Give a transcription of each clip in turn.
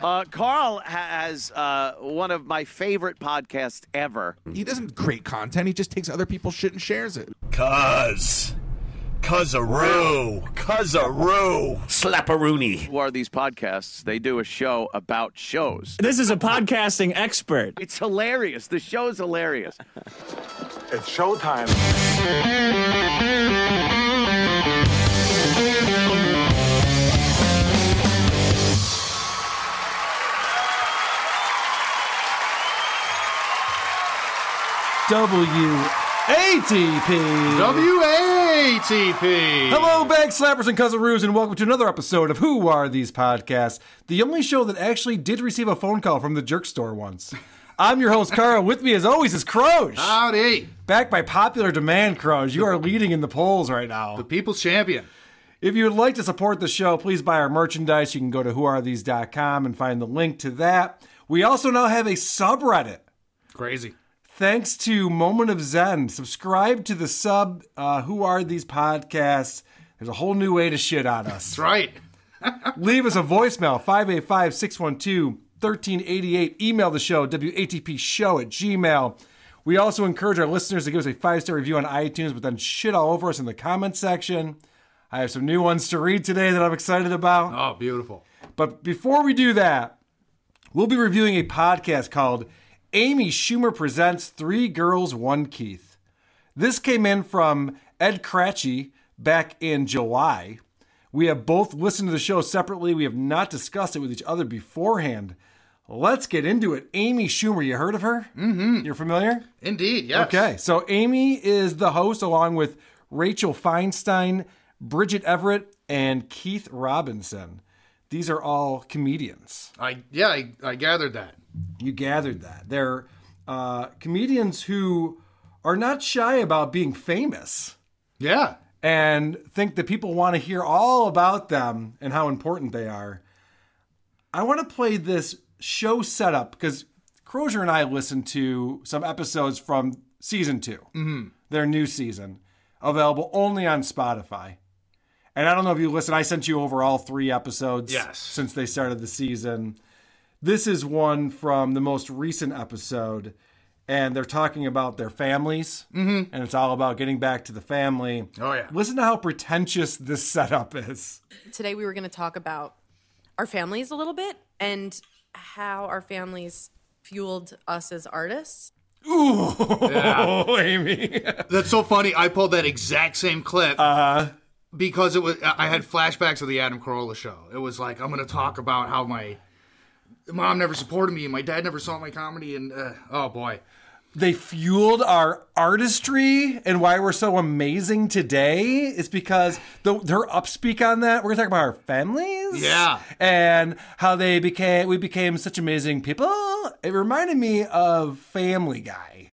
Uh, Carl ha- has uh, one of my favorite podcasts ever. He doesn't create content. He just takes other people's shit and shares it. Cuz. Cuzaroo. Cuzaroo. Slapperoonie. Who are these podcasts? They do a show about shows. This is a podcasting expert. It's hilarious. The show's hilarious. It's showtime. WATP. WATP. Hello, bag slappers and cuzzaroos, and welcome to another episode of Who Are These Podcasts, the only show that actually did receive a phone call from the jerk store once. I'm your host, Carl. With me, as always, is Croge. Howdy. Back by popular demand, Croge. You are leading in the polls right now. The People's Champion. If you would like to support the show, please buy our merchandise. You can go to whoarethese.com and find the link to that. We also now have a subreddit. Crazy. Thanks to Moment of Zen. Subscribe to the sub. Uh, who are these podcasts? There's a whole new way to shit on us. That's right. Leave us a voicemail 585 612 1388. Email the show, WATPShow at gmail. We also encourage our listeners to give us a five star review on iTunes, but then shit all over us in the comment section. I have some new ones to read today that I'm excited about. Oh, beautiful. But before we do that, we'll be reviewing a podcast called Amy Schumer Presents Three Girls, One Keith. This came in from Ed Cratchy back in July. We have both listened to the show separately. We have not discussed it with each other beforehand. Let's get into it. Amy Schumer, you heard of her? Mm-hmm. You're familiar? Indeed, yes. Okay, so Amy is the host along with Rachel Feinstein, Bridget Everett, and Keith Robinson. These are all comedians. I yeah, I, I gathered that. You gathered that. They're uh, comedians who are not shy about being famous Yeah. and think that people want to hear all about them and how important they are. I want to play this show setup because Crozier and I listened to some episodes from season 2 Mm-hmm. their new season, available only on Spotify. And I don't know if you listen, I sent you over all three episodes Yes. since they started the season. This is one from the most recent episode, and they're talking about their families, and it's all about getting back to the family. Mm-hmm. Oh, yeah. Listen to how pretentious this setup is. today we were going to talk about our families a little bit and how our families fueled us as artists. Ooh, Amy. That's so funny. I pulled that exact same clip because it was. I I had flashbacks of the Adam Carolla show. It was like I'm going to talk about how my mom never supported me, and my dad never saw my comedy, and uh, oh boy, they fueled our artistry and why we're so amazing today is because the, her upspeak on that we're gonna talk about our families Yeah. and how they became we became such amazing people it reminded me of family guy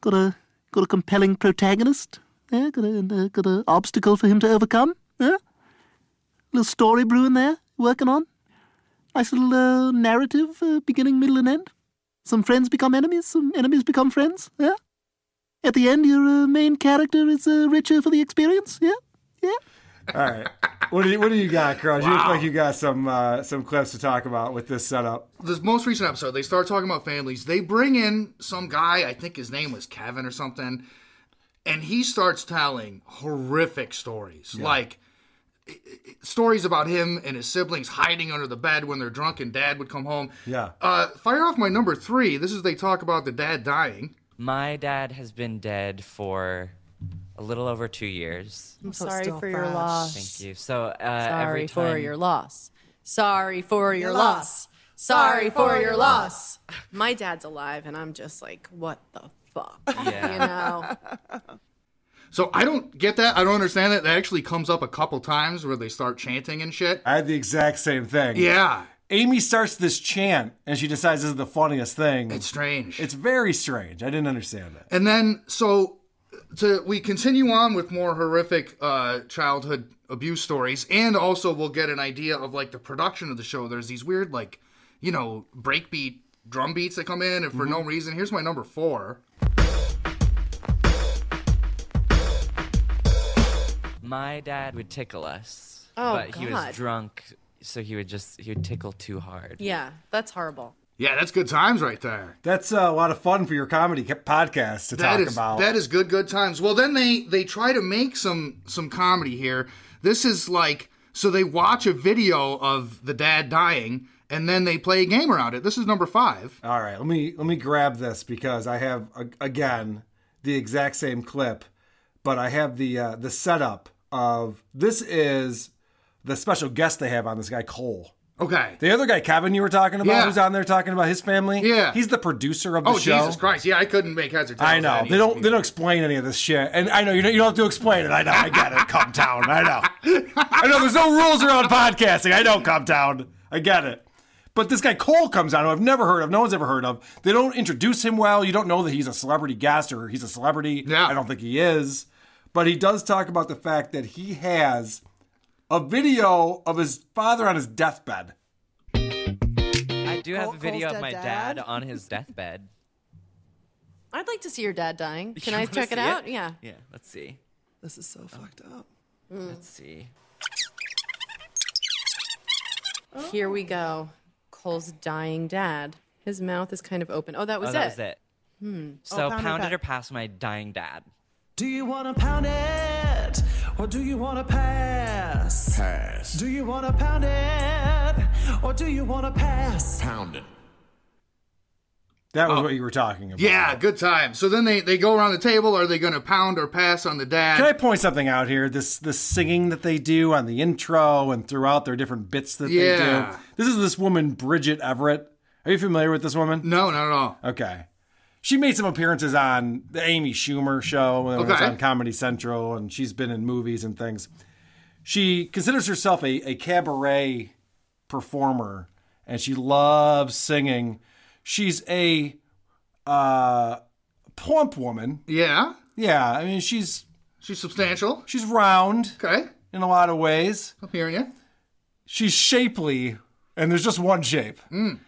got a got a compelling protagonist. Yeah, got a uh, got a obstacle for him to overcome. Yeah, little story brewing there, working on. Nice little uh, narrative, uh, beginning, middle, and end. Some friends become enemies. Some enemies become friends. Yeah. At the end, your uh, main character is uh, richer for the experience. Yeah, yeah. all right what do you what do you got Cross? you look like you got some uh, some clips to talk about with this setup the most recent episode, they start talking about families. They bring in some guy, I think his name was Kevin or something, and he starts telling horrific stories. Like i- i- stories about him and his siblings hiding under the bed when they're drunk and dad would come home. Yeah. Uh, fire off my number three. This is they talk about the dad dying. My dad has been dead for a little over two years. I'm so sorry still for your fresh. loss. Thank you. So uh, Sorry every for time- your loss. Sorry for your loss. Sorry for your loss. My dad's alive and I'm just like, what the fuck? You Yeah. know? So I don't get that. I don't understand that. That actually comes up a couple times where they start chanting and shit. i had the exact same thing Yeah. amy starts this chant and she decides this is the funniest thing It's strange. it's very strange i didn't understand that And then, so to we continue on with more horrific uh, childhood abuse stories, and also we'll get an idea of like the production of the show. There's these weird, like, you know, breakbeat drum beats that come in, and for Mm-hmm. no reason. Here's my number four. My dad would tickle us, Oh, but he was God. drunk so he would just he would tickle too hard. Yeah, that's horrible. Yeah, that's good times right there. That's a lot of fun for your comedy ca- podcast to That talk is- about. that is good good times well then they they try to make some some comedy here this is like so they watch a video of the dad dying and then they play a game around it this is number five All right, let me let me grab this because I have a, again the exact same clip, but I have the uh, the setup of this is the special guest they have on this guy Cole. okay The other guy Kevin you were talking about Yeah. who's on there talking about his family. Yeah. he's the producer of the oh show. jesus christ yeah i couldn't make heads or tails I of know any they of don't these they don't explain any of this shit, and I know you don't, you don't have to explain it. I know I get it. Come town, I know. I know there's no rules around podcasting. I know come town, I get it. But this guy Cole comes on, who I've never heard of. No one's ever heard of. They don't introduce him well. You don't know that he's a celebrity guest or he's a celebrity. Yeah. I don't think he is. But he does talk about the fact that he has a video of his father on his deathbed. I do have Cole- a video Cole's of my dead dad, dad? on his deathbed. I'd like to see your dad dying. Can You I wanna check it see out? Yeah. Hmm. Yeah, let's see. This is so Oh. fucked up. Mm. Let's see. Here we go. Cole's dying dad. His mouth is kind of open. Oh, that was oh, it. that was it. Hmm. So pound it pound back. it or pass my dying dad. Do you wanna pound it? Or do you wanna pass? Pass. Do you wanna pound it? Or do you wanna pass? That was what you were talking about. Oh. yeah good times so then they they go around the table are they gonna pound or pass on the dad Can I point something out here? This this singing that they do on the intro and throughout their different bits that Yeah. they do. This is this woman Bridget Everett. Are you familiar with this woman? no not at all Okay. She made some appearances on the Amy Schumer show when it was Okay. on Comedy Central, and she's been in movies and things. She considers herself a, a cabaret performer, and she loves singing. She's a uh, plump woman. yeah Yeah, I mean she's she's substantial she's round okay in a lot of ways. i'm hearing you She's shapely, and there's just one shape. Mm.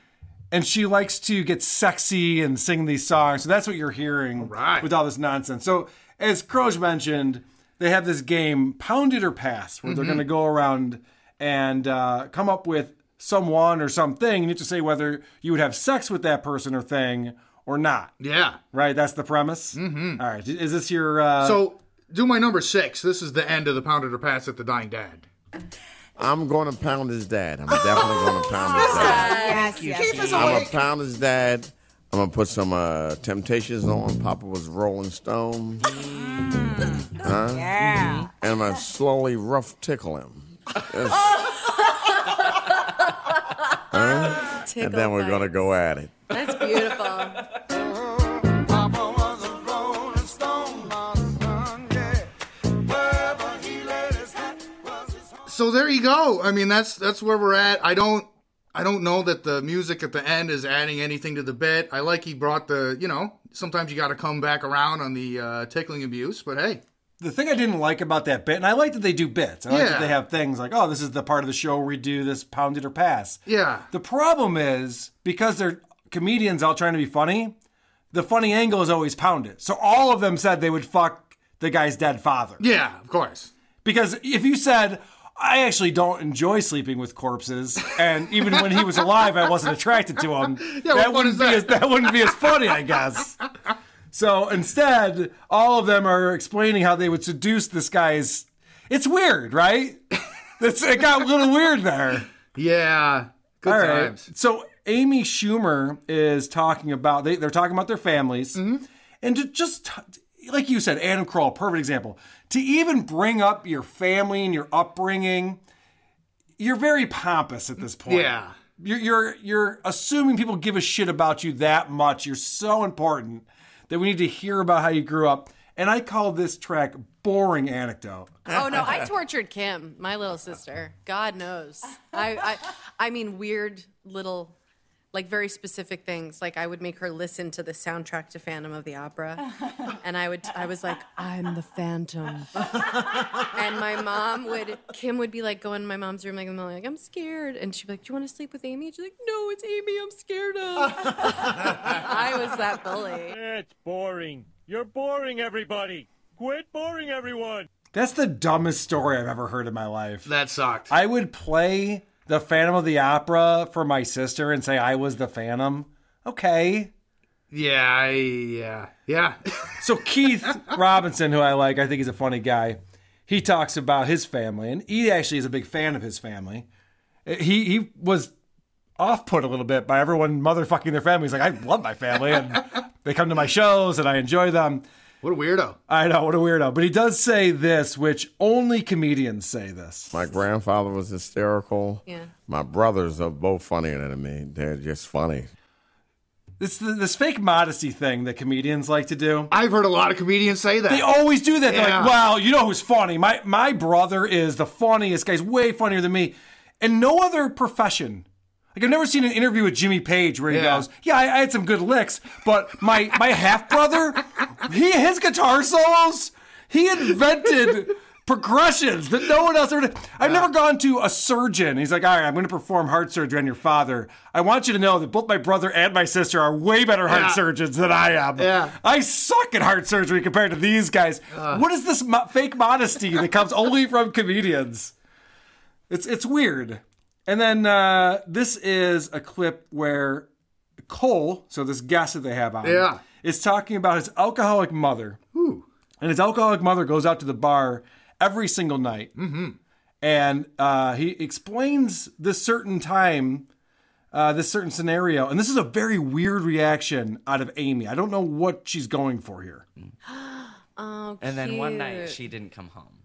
And she likes to get sexy and sing these songs. So that's what you're hearing right. with all this nonsense. So, as Croge mentioned, they have this game, Pound It or Pass, where Mm-hmm. they're going to go around and uh, come up with someone or something. And you have to say whether you would have sex with that person or thing or not. yeah Right? That's the premise. Mm-hmm. right. Is this your. Uh, so do my number six this is the end of the pounded or pass at the dying dad I'm going to pound his dad. I'm definitely going to pound his Oh, dad. Yes, yes. Keith is I'm going to pound his dad. I'm going to put some uh, Temptations on. Papa was Rolling Stone. Mm. Yeah. And I'm going to slowly rough tickle him. Yes. Huh? Tickle And then we're going to bites. go at it. That's beautiful. so there you go. I mean, that's that's where we're at. I don't I don't know that the music at the end is adding anything to the bit. I like he brought the you know sometimes you got to come back around on the uh, tickling abuse, but hey, the thing I didn't like about that bit, and I like that they do bits. I like Yeah. that they have things like, oh, this is the part of the show where we do this pound it or pass. yeah, The problem is because they're comedians all trying to be funny, the funny angle is always pound it. So all of them said they would fuck the guy's dead father. yeah, of course. Because if you said, I actually don't enjoy sleeping with corpses, and even when he was alive, I wasn't attracted to him. what that fun wouldn't is be that? as that wouldn't be as funny, I guess. So instead, all of them are explaining how they would seduce this guy's. It's weird, right? It's, it got a little weird there. Yeah, good All right. times. So Amy Schumer is talking about they, they're talking about their families, Mm-hmm. and to just like you said, Adam Kroll, perfect example. To even bring up your family and your upbringing, you're very pompous at this point. Yeah. you're you're, you're assuming people give a shit about you that much. You're so important that we need to hear about how you grew up. And I call this track "Boring Anecdote." Oh no, I tortured Kim, my little sister. God knows. I, I I mean weird little like very specific things. Like I would make her listen to the soundtrack to Phantom of the Opera. And I would I was like, I'm the Phantom. and my mom would Kim would be like going in my mom's room like in the middle, like, I'm scared. And she'd be like, Do you want to sleep with Amy? And she's like, No, it's Amy I'm scared of. I was that bully. It's boring. You're boring everybody. Quit boring everyone. That's the dumbest story I've ever heard in my life. That sucked. I would play the Phantom of the Opera for my sister and say I was the Phantom. Okay. Yeah, I, yeah, yeah. so Keith Robinson, who I like, I think he's a funny guy. He talks about his family, and he actually is a big fan of his family. He he was off put a little bit by everyone motherfucking their families. Like I love my family, and they come to my shows, and I enjoy them. What a weirdo! I know what a weirdo. But he does say this, which only comedians say this. My grandfather was hysterical. Yeah. My brothers are both funnier than me. They're just funny. It's th- this fake modesty thing that comedians like to do. I've heard a lot of comedians say that. They always do that. They're Yeah. like, "Well, you know who's funny? My my brother is the funniest guy. He's way funnier than me." And no other profession. Like I've never seen an interview with Jimmy Page where he Yeah. goes, "Yeah, I, I had some good licks, but my my half brother, he his guitar solos, he invented." Progressions that no one else ever did. I've never gone to a surgeon. He's like, all right, I'm going to perform heart surgery on your father. I want you to know that both my brother and my sister are way better heart Yeah. surgeons than I am. Yeah. I suck at heart surgery compared to these guys. what is this mo- fake modesty that comes only from comedians? It's it's weird. And then uh, this is a clip where Cole, so this guest that they have on, Yeah. is talking about his alcoholic mother. And his alcoholic mother goes out to the bar every single night. Mm-hmm. And uh, he explains this certain time, uh, this certain scenario. And this is a very weird reaction out of Amy. I don't know what she's going for here. Oh, And then one night cute. she didn't come home.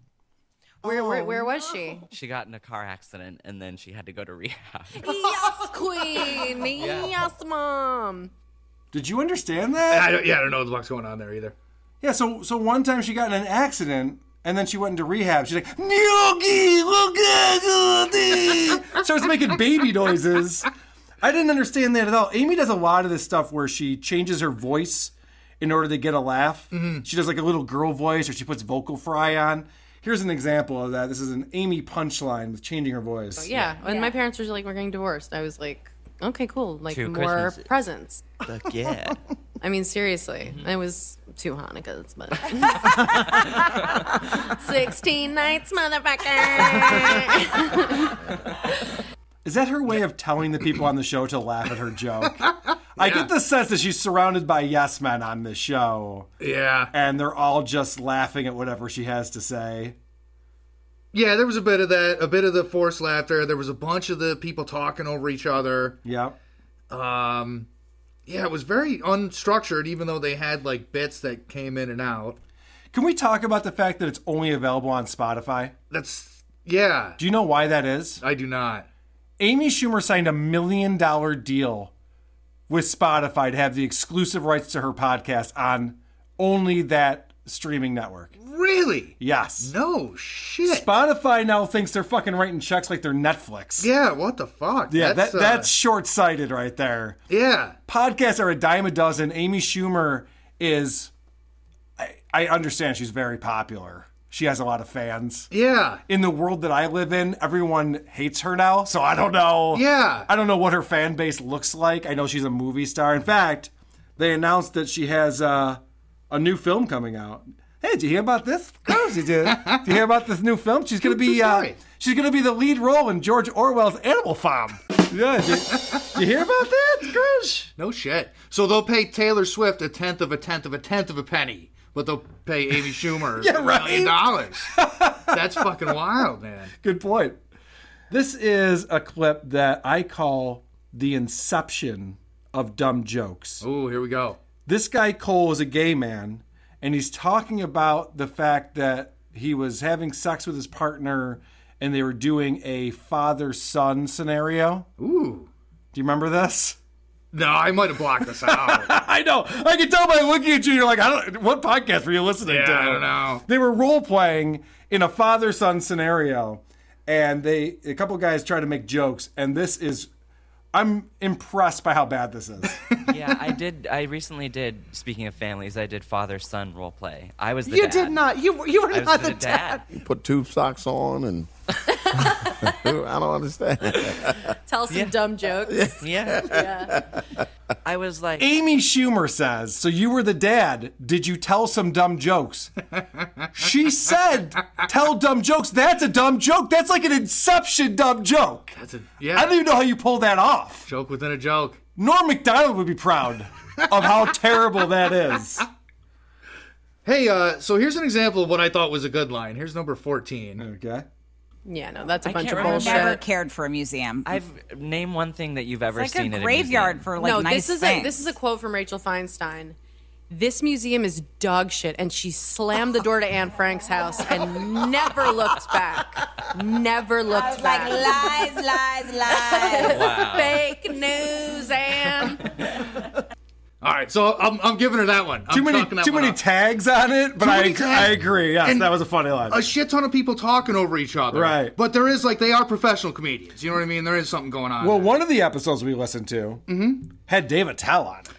Where where, where was she? She got in a car accident and then she had to go to rehab. yes, queen. Yes, mom. Did you understand that? I don't, yeah, I don't know what's going on there either. Yeah, so so one time she got in an accident and then she went into rehab. She's like, "Gnocchi, gnocchi." starts making baby noises. I didn't understand that at all. Amy does a lot of this stuff where she changes her voice in order to get a laugh. Mm-hmm. She does like a little girl voice or she puts vocal fry on. Here's an example of that. This is an Amy punchline with changing her voice. Oh, Yeah. And my parents were like, "We're getting divorced." I was like, "Okay, cool. Like Two more Christmases. presents." Fuck yeah. I mean, seriously, it was two Hanukkahs, but sixteen nights, motherfucker. Is that her way of telling the people on the show to laugh at her joke? I get the sense that she's surrounded by yes men on this show. Yeah. And they're all just laughing at whatever she has to say. Yeah, there was a bit of that, a bit of the forced laughter. There was a bunch of the people talking over each other. Yeah. Um, yeah, it was very unstructured, even though they had like bits that came in and out. Can we talk about the fact that it's only available on Spotify? That's yeah. Do you know why that is? I do not. Amy Schumer signed a million dollar deal with Spotify to have the exclusive rights to her podcast on only that streaming network. Really? Yes. No shit. Spotify now thinks they're fucking writing checks like they're Netflix. Yeah, what the fuck? Yeah, That's, that's, uh, that, that's short sighted right there. Yeah. Podcasts are a dime a dozen. Amy Schumer is, I, I understand she's very popular. She has a lot of fans. Yeah. In the world that I live in, everyone hates her now. So I don't know. Yeah. I don't know what her fan base looks like. I know she's a movie star. In fact, they announced that she has uh, a new film coming out. Hey, did you hear about this? Of course you did. did you hear about this new film? She's gonna be uh, she's gonna be the lead role in George Orwell's Animal uh, Farm. Yeah. Did, did you hear about that, Grush? No shit. So they'll pay Taylor Swift a tenth of a tenth of a tenth of a penny, but they'll pay Amy Schumer Yeah, a right. million dollars. That's fucking Oh, wild, man. Good point. This is a clip that I call the inception of dumb jokes. Oh, here we go. This guy Cole is a gay man, and he's talking about the fact that he was having sex with his partner and they were doing a father son scenario. Ooh. Do you remember this? No, I might have blocked this out. I know. I can tell by looking at you. You're like, I don't. What podcast were you listening Yeah, to? I don't know. They were role playing in a father son scenario, and they a couple guys try to make jokes, and this is. I'm impressed by how bad this is. yeah, I did. I recently did. Speaking of families, I did father son role play. I was the You dad. did not. You were- you were I was not the the dad. dad. You put tube socks on and I don't understand. Tell some dumb jokes. Yeah. yeah. I was like, Amy Schumer says, So you were the dad. Did you tell some dumb jokes? she said, Tell dumb jokes. That's a dumb joke. That's like an inception dumb joke. That's a, yeah. I don't even know how you pull that off. Joke within a joke. Norm MacDonald would be proud of how terrible that is. Hey, uh, so here's an example of what I thought was a good line. Here's number 14. Okay. Yeah, no, that's a I bunch can't of remember. bullshit. Never cared for a museum. I've name one thing that you've ever like seen a at graveyard a museum. for like no, nice this is things. a this is a quote from Rachel Feinstein. This museum is dog shit, and she slammed the door to Anne Frank's house and never looked back. Never looked back. Lies, lies, lies. Wow. Fake news, Anne. All right, so I'm, I'm giving her that one. I'm Too many, chalking that too one many up. tags on it, but Too I, many ag- I tags. agree. Yes, And that was a funny line. a shit ton of people talking over each other. Right. But there is like they are professional comedians. You know what I mean? There is something going on. Well, one of the episodes we listened to had Dave Attell on. it. Mm-hmm.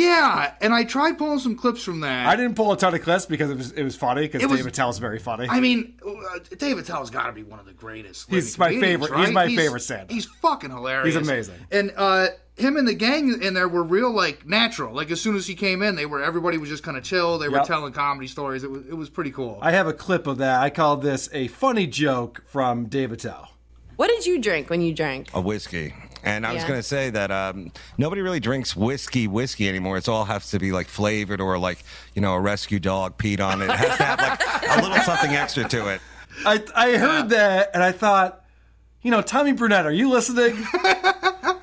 yeah, and I tried pulling some clips from that. I didn't pull a ton of clips because it was it was funny because It was- Dave Attell's very funny. I mean, uh, David Tell's got to be one of the greatest. He's my living comedians, favorite- he's right? my favorite stand-up. He's fucking hilarious. He's amazing. And uh, him and the gang in there were real like natural. Like as soon as he came in, they were everybody was just kind of chill. They were Yep. telling comedy stories. It was it was pretty cool. I have a clip of that. I called this a funny joke from Dave Attell. What did you drink when you drank? A whiskey. And I was Yeah. going to say that um, nobody really drinks whiskey, whiskey anymore. It's all has to be like flavored or like, you know, a rescue dog peed on it. It has to have like a little something extra to it. I I heard that and I thought, you know, Tommy Brunette, are you listening?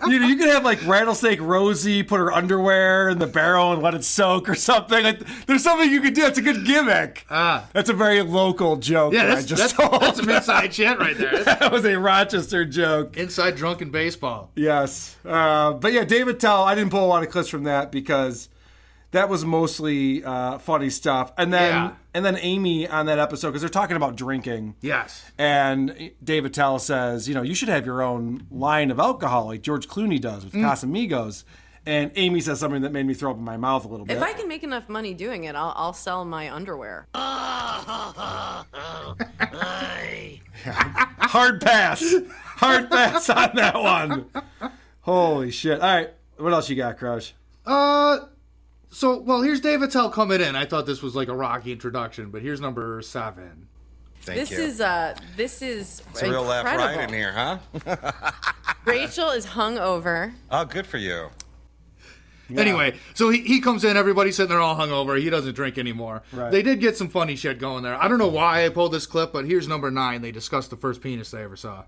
you know, you could have like rattlesnake Rosie put her underwear in the barrel and let it soak or something. Like, there's something you could do. That's a good gimmick. Ah. That's a very local joke. yeah, that that's, I just that's, told. that's some inside shit right there. that was a Rochester joke. Inside drunken baseball. Yes. Uh, but yeah, David Tell, I didn't pull a lot of clips from that because that was mostly uh, funny stuff. And then Yeah. and then Amy on that episode, because they're talking about drinking. Yes. And David Tell says, you know, you should have your own line of alcohol like George Clooney does with Mm. Casamigos. And Amy says something that made me throw up in my mouth a little bit. If I can make enough money doing it, I'll, I'll sell my underwear. Hard pass. Hard pass on that one. Holy shit. All right. What else you got, Crouch? Uh, so well, here's David Tell coming in. I thought this was like a rocky introduction, but here's number seven. this is uh this is It's a real left incredible. right in here, huh? Rachel is hungover. Oh, good for you. Anyway, so he, he comes in, everybody's sitting there all hungover. He doesn't drink anymore. Right. They did get some funny shit going there. I don't know why I pulled this clip, but here's number nine. They discussed the first penis they ever saw.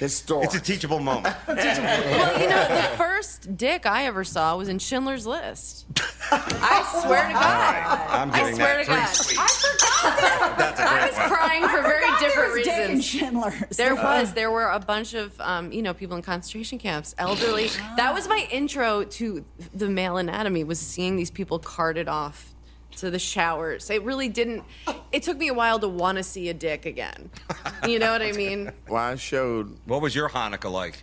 It's a teachable moment. Well, you know, the first dick I ever saw was in Schindler's List. I swear to God. Oh, I'm I getting swear that to free God. sweet. That's a great I was one. crying for I very forgot there different was dick in reasons. Schindler's. There was. There were a bunch of, um, you know, people in concentration camps, elderly. Ah. That was my intro to the male anatomy. Was seeing these people carted off to the showers. It really didn't. It took me a while to want to see a dick again. You know what I mean? Well, I showed. What was your Hanukkah like?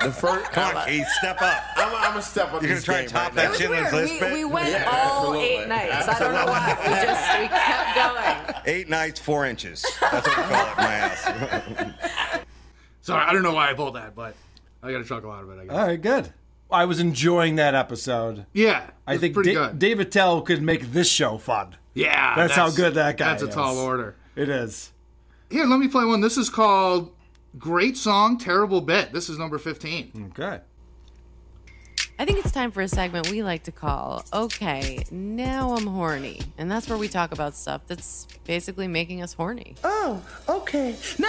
The first. Come on, Keith, step up. I'm, I'm gonna step You're up. gonna this try and game top that right now. Schindler's List We, bit? we went Yeah, all absolutely. eight nights. I don't know why. We just we kept going. Eight nights, four inches. That's what we call it in my house. Sorry, I don't know why I pulled that, but I got a chuckle out of it. I guess. All right, good. I was enjoying that episode. Yeah, I it's think pretty Da- good. David Tell could make this show fun. Yeah, that's, how that's- good that guy. that's a is. tall order. It is. Here, let me play one. This is called "Great Song, Terrible Bit." This is number Mm, fifteen. Okay. I think it's time for a segment we like to call Okay, Now I'm Horny. And that's where we talk about stuff that's basically making us horny. Oh, okay. Now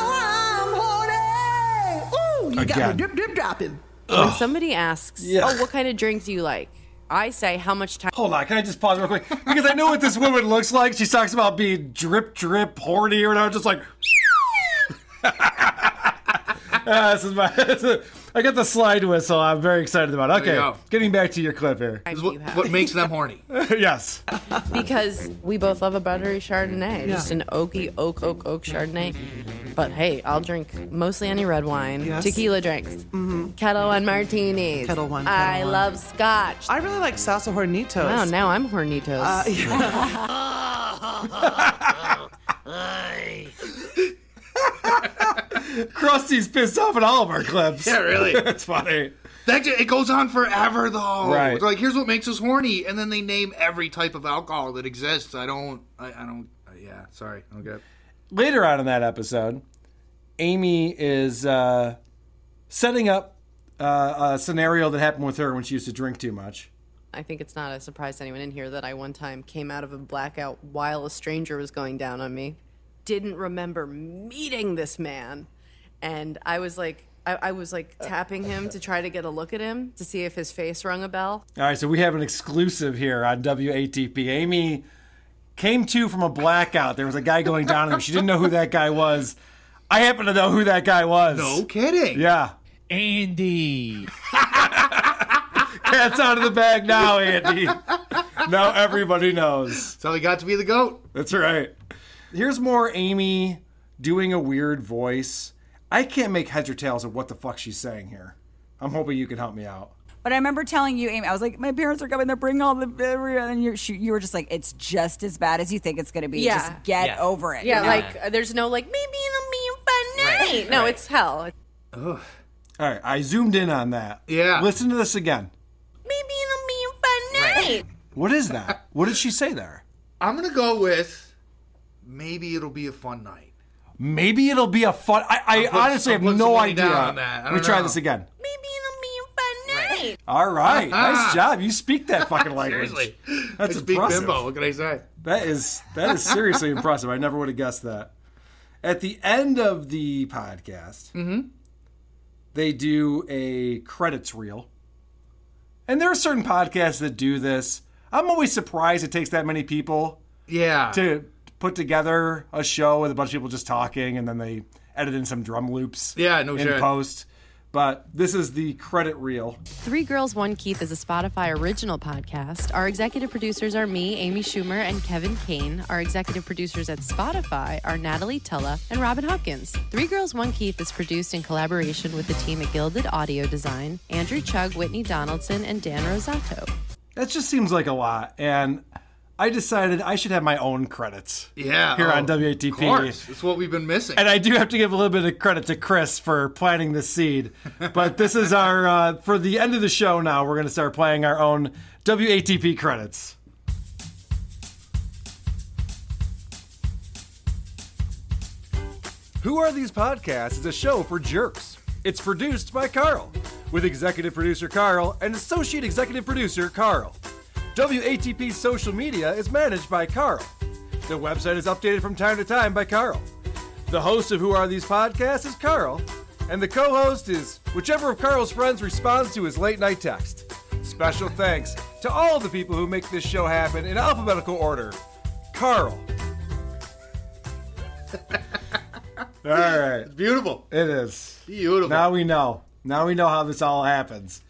I'm horny. Ooh, you got Again. me dip, dip, dropping. When somebody asks, Yeah. Oh, what kind of drink do you like? I say, How much time? Hold on, Uh, can I just pause real quick? Because I know what this woman looks like. She talks about being drip, drip, horny, or whatever. Just like, Ah, this is my. this is- I got the slide whistle. I'm very excited about. There Okay, you go. getting back to your clip here. Is what- you have. What makes them horny? yes. Because we both love a buttery Chardonnay, just an oaky, oak, oak, oak Chardonnay. But hey, I'll drink mostly any red wine, Yes. tequila drinks, Mm-hmm. kettle one martinis. Kettle one, I kettle one. love scotch. Oh, I really like salsa hornitos. Wow, now I'm hornitos. Uh, yeah. Krusty's pissed off at all of our clips. Yeah, really. it's funny. That ju- it goes on forever though. Right. They're like here's what makes us horny, and then they name every type of alcohol that exists. I don't. I, I don't. Uh, yeah. Sorry. I don't get. It. Later on in that episode, Amy is uh, setting up uh, a scenario that happened with her when she used to drink too much. I think it's not a surprise to anyone in here that I one time came out of a blackout while a stranger was going down on me. Didn't remember meeting this man. And I was like, I, I was like tapping him to try to get a look at him to see if his face rung a bell. All right, so we have an exclusive here on WATP. Amy came to from a blackout. There was a guy going down on her. She didn't know who that guy was. I happen to know who that guy was. No kidding. Yeah. Andy. Cat's out of the bag now, Andy. now everybody knows. That's how he got to be the goat. That's right. Here's more Amy doing a weird voice. I can't make heads or tails of what the fuck she's saying here. I'm hoping you can help me out. But I remember telling you, Amy, I was like, my parents are coming. They're bringing all the and you she- you were just like, it's just as bad as you think it's going to be. Yeah. Just get Yeah. over it. Yeah, you know? like uh, there's no like maybe it'll be a fun night. no, it's hell. Ugh. All right, I zoomed in on that. Yeah. Listen to this again. Maybe it'll be a fun night. What is that? what did she say there? I'm gonna go with maybe it'll be a fun night. Maybe it'll be a fun. I, I I'll put- honestly I'll have put no some money idea. down on that. I Let me don't try know. this again. Night. All right, nice job. You speak that fucking language. Seriously. That's It's big impressive. bimbo. What can I say? That is that is seriously impressive. I never would have guessed that. At the end of the podcast, Mm-hmm. they do a credits reel. And there are certain podcasts that do this. I'm always surprised it takes that many people Yeah. to put together a show with a bunch of people just talking and then they edit in some drum loops Yeah, no in shit. post. But this is the credit reel. Three Girls One Keith is a Spotify original podcast. Our executive producers are me, Amy Schumer, and Kevin Kane. Our executive producers at Spotify are Natalie Tulla and Robin Hopkins. Three Girls One Keith is produced in collaboration with the team at Gilded Audio Design, Andrew Chug, Whitney Donaldson, and Dan Rosato. That just seems like a lot. And I decided I should have my own credits. Yeah. Here oh, on WATP. Of course. It's what we've been missing. And I do have to give a little bit of credit to Chris for planting the seed. But this is our, uh, for the end of the show now, we're going to start playing our own WATP credits. Who Are These Podcasts is a show for jerks. It's produced by Carl, with executive producer Carl and associate executive producer Carl. WATP's social media is managed by Carl. The website is updated from time to time by Carl. The host of Who Are These Podcasts is Carl, and the co host is whichever of Carl's friends responds to his late night text. Special thanks to all the people who make this show happen in alphabetical order Carl. all right. It's beautiful. It is. Beautiful. Now we know. Now we know how this all happens.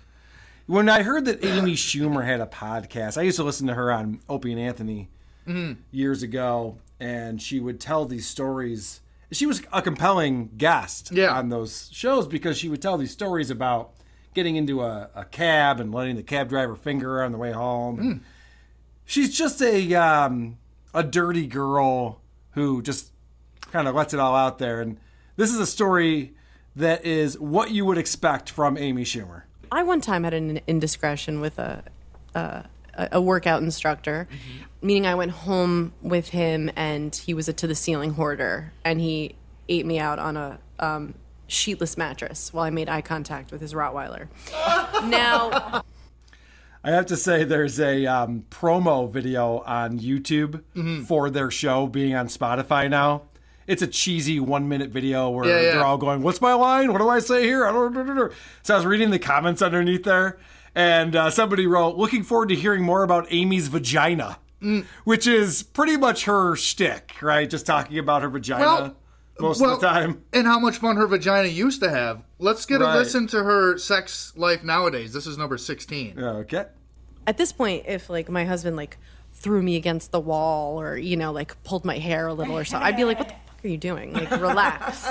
When I heard that Amy Schumer had a podcast, I used to listen to her on Opie and Anthony Mhm. years ago, and she would tell these stories. She was a compelling guest on those shows because she would tell these stories about getting into a, a cab and letting the cab driver finger her on the way home. She's just a um, a dirty girl who just kind of lets it all out there. And this is a story that is what you would expect from Amy Schumer. I one time had an indiscretion with a a, a workout instructor, meaning I went home with him and he was a to the ceiling hoarder and he ate me out on a um, sheetless mattress while I made eye contact with his Rottweiler. now I have to say, there's a um, promo video on YouTube Mm-hmm. for their show being on Spotify now. It's a cheesy one minute video where Yeah, yeah. they're all going, What's my line? What do I say here? I don't. So I was reading the comments underneath there, and uh, somebody wrote, Looking forward to hearing more about Amy's vagina, Mm. which is pretty much her shtick, right? Just talking about her vagina Well- most well, of the time. And how much fun her vagina used to have. Let's get Right. a listen to her sex life nowadays. This is number 16. Okay. at this point, if like my husband like threw me against the wall or you know like pulled my hair a little or something, I'd be like, "What the fuck are you doing? Like, relax.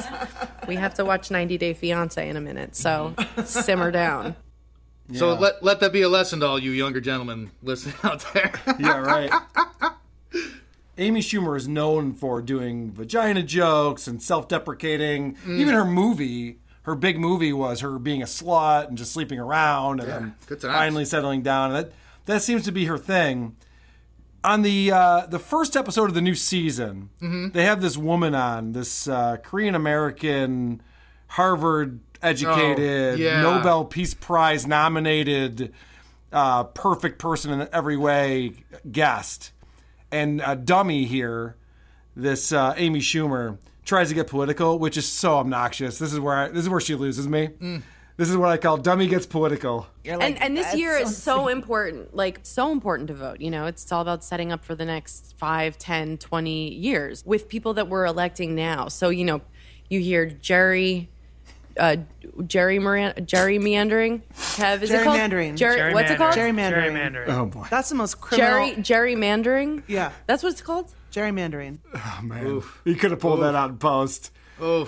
we have to watch 90 Day Fiance in a minute, so simmer down." So let let that be a lesson to all you younger gentlemen listening out there. yeah, right. Amy Schumer is known for doing vagina jokes and self-deprecating. Mm. Even her movie, her big movie was her being a slut and just sleeping around and Yeah, then good times. finally settling down. That that seems to be her thing. On the uh, the first episode of the new season, Mhm. they have this woman on, this uh, Korean American, Harvard educated, Oh, yeah. Nobel Peace Prize nominated, uh, perfect person in every way guest, and a dummy here, this uh, Amy Schumer tries to get political, which is so obnoxious. This is where I, this is where she loses me. This is what I call dummy gets political. and and this year is so important, like so important to vote. You know, it's all about setting up for the next five, ten, twenty years with people that we're electing now. So you know, you hear Jerry, uh, Jerry Moran, Jerry meandering. Kev, is it called Gerrymandering. Jerry, what's it called? Gerrymandering. Oh, boy. That's the most criminal. Jerry gerrymandering. Yeah, that's what it's called. Gerrymandering. Oh man, you could have pulled that out in post.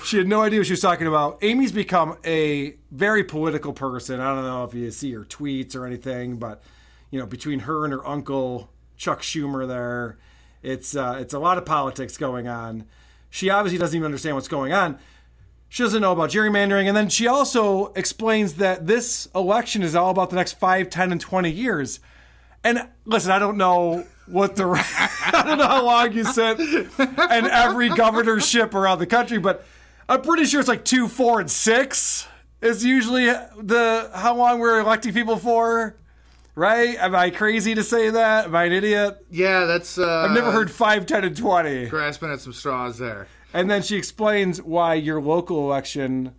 She had no idea what she was talking about. Amy's become a very political person. I don't know if you see her tweets or anything, but you know, between her and her uncle Chuck Schumer, there, it's uh, it's a lot of politics going on. She obviously doesn't even understand what's going on. She doesn't know about gerrymandering, and then she also explains that this election is all about the next five, ten, and twenty years. And listen, I don't know what the I don't know how long you sit and every governorship around the country, but I'm pretty sure it's like two, four, and six is usually the how long we're electing people for. Right? Am I crazy to say that? Am I an idiot? Yeah, that's. Uh, I've never heard five, ten, and twenty. Grasping at some straws there. And then she explains why your local election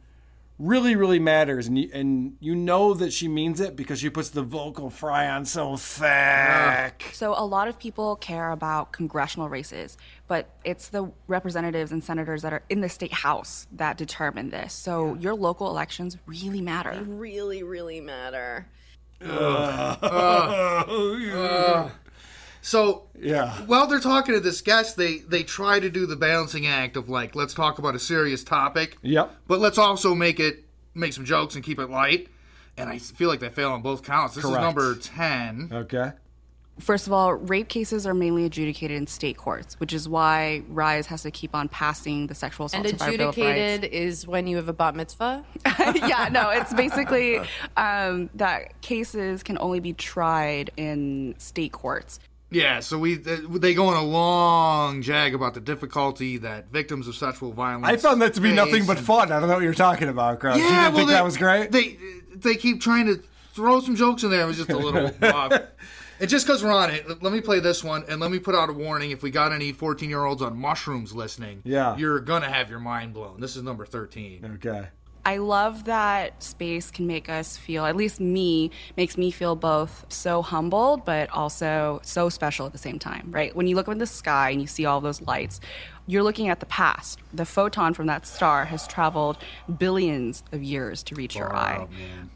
really, really matters, and you, and you know that she means it because she puts the vocal fry on so thick. So a lot of people care about congressional races, but it's the representatives and senators that are in the state house that determine this. So your local elections really matter. They really, really matter. Uh, so yeah. While they're talking to this guest, they they try to do the balancing act of like, let's talk about a serious topic. Yep. But let's also make it make some jokes and keep it light. And I feel like they fail on both counts. This Correct. is number ten. Okay. First of all, rape cases are mainly adjudicated in state courts, which is why RISE has to keep on passing the sexual assault And Survivor Bill of Rights. adjudicated is when you have a bat mitzvah. yeah, no, it's basically um, that cases can only be tried in state courts. Yeah, so we they go on a long jag about the difficulty that victims of sexual violence. I found that to be face nothing but and- fun. I don't know what you're talking about, Crouch. you Yeah, didn't well, think they, that was great? They they keep trying to throw some jokes in there. It was just a little off. And just because we're on it, l- let me play this one and let me put out a warning. If we got any 14 year olds on mushrooms listening, Yeah. you're going to have your mind blown. This is number 13. Okay. I love that space can make us feel, at least me, makes me feel both so humbled, but also so special at the same time, right? When you look up in the sky and you see all those lights, you're looking at the past. The photon from that star has traveled billions of years to reach your eye.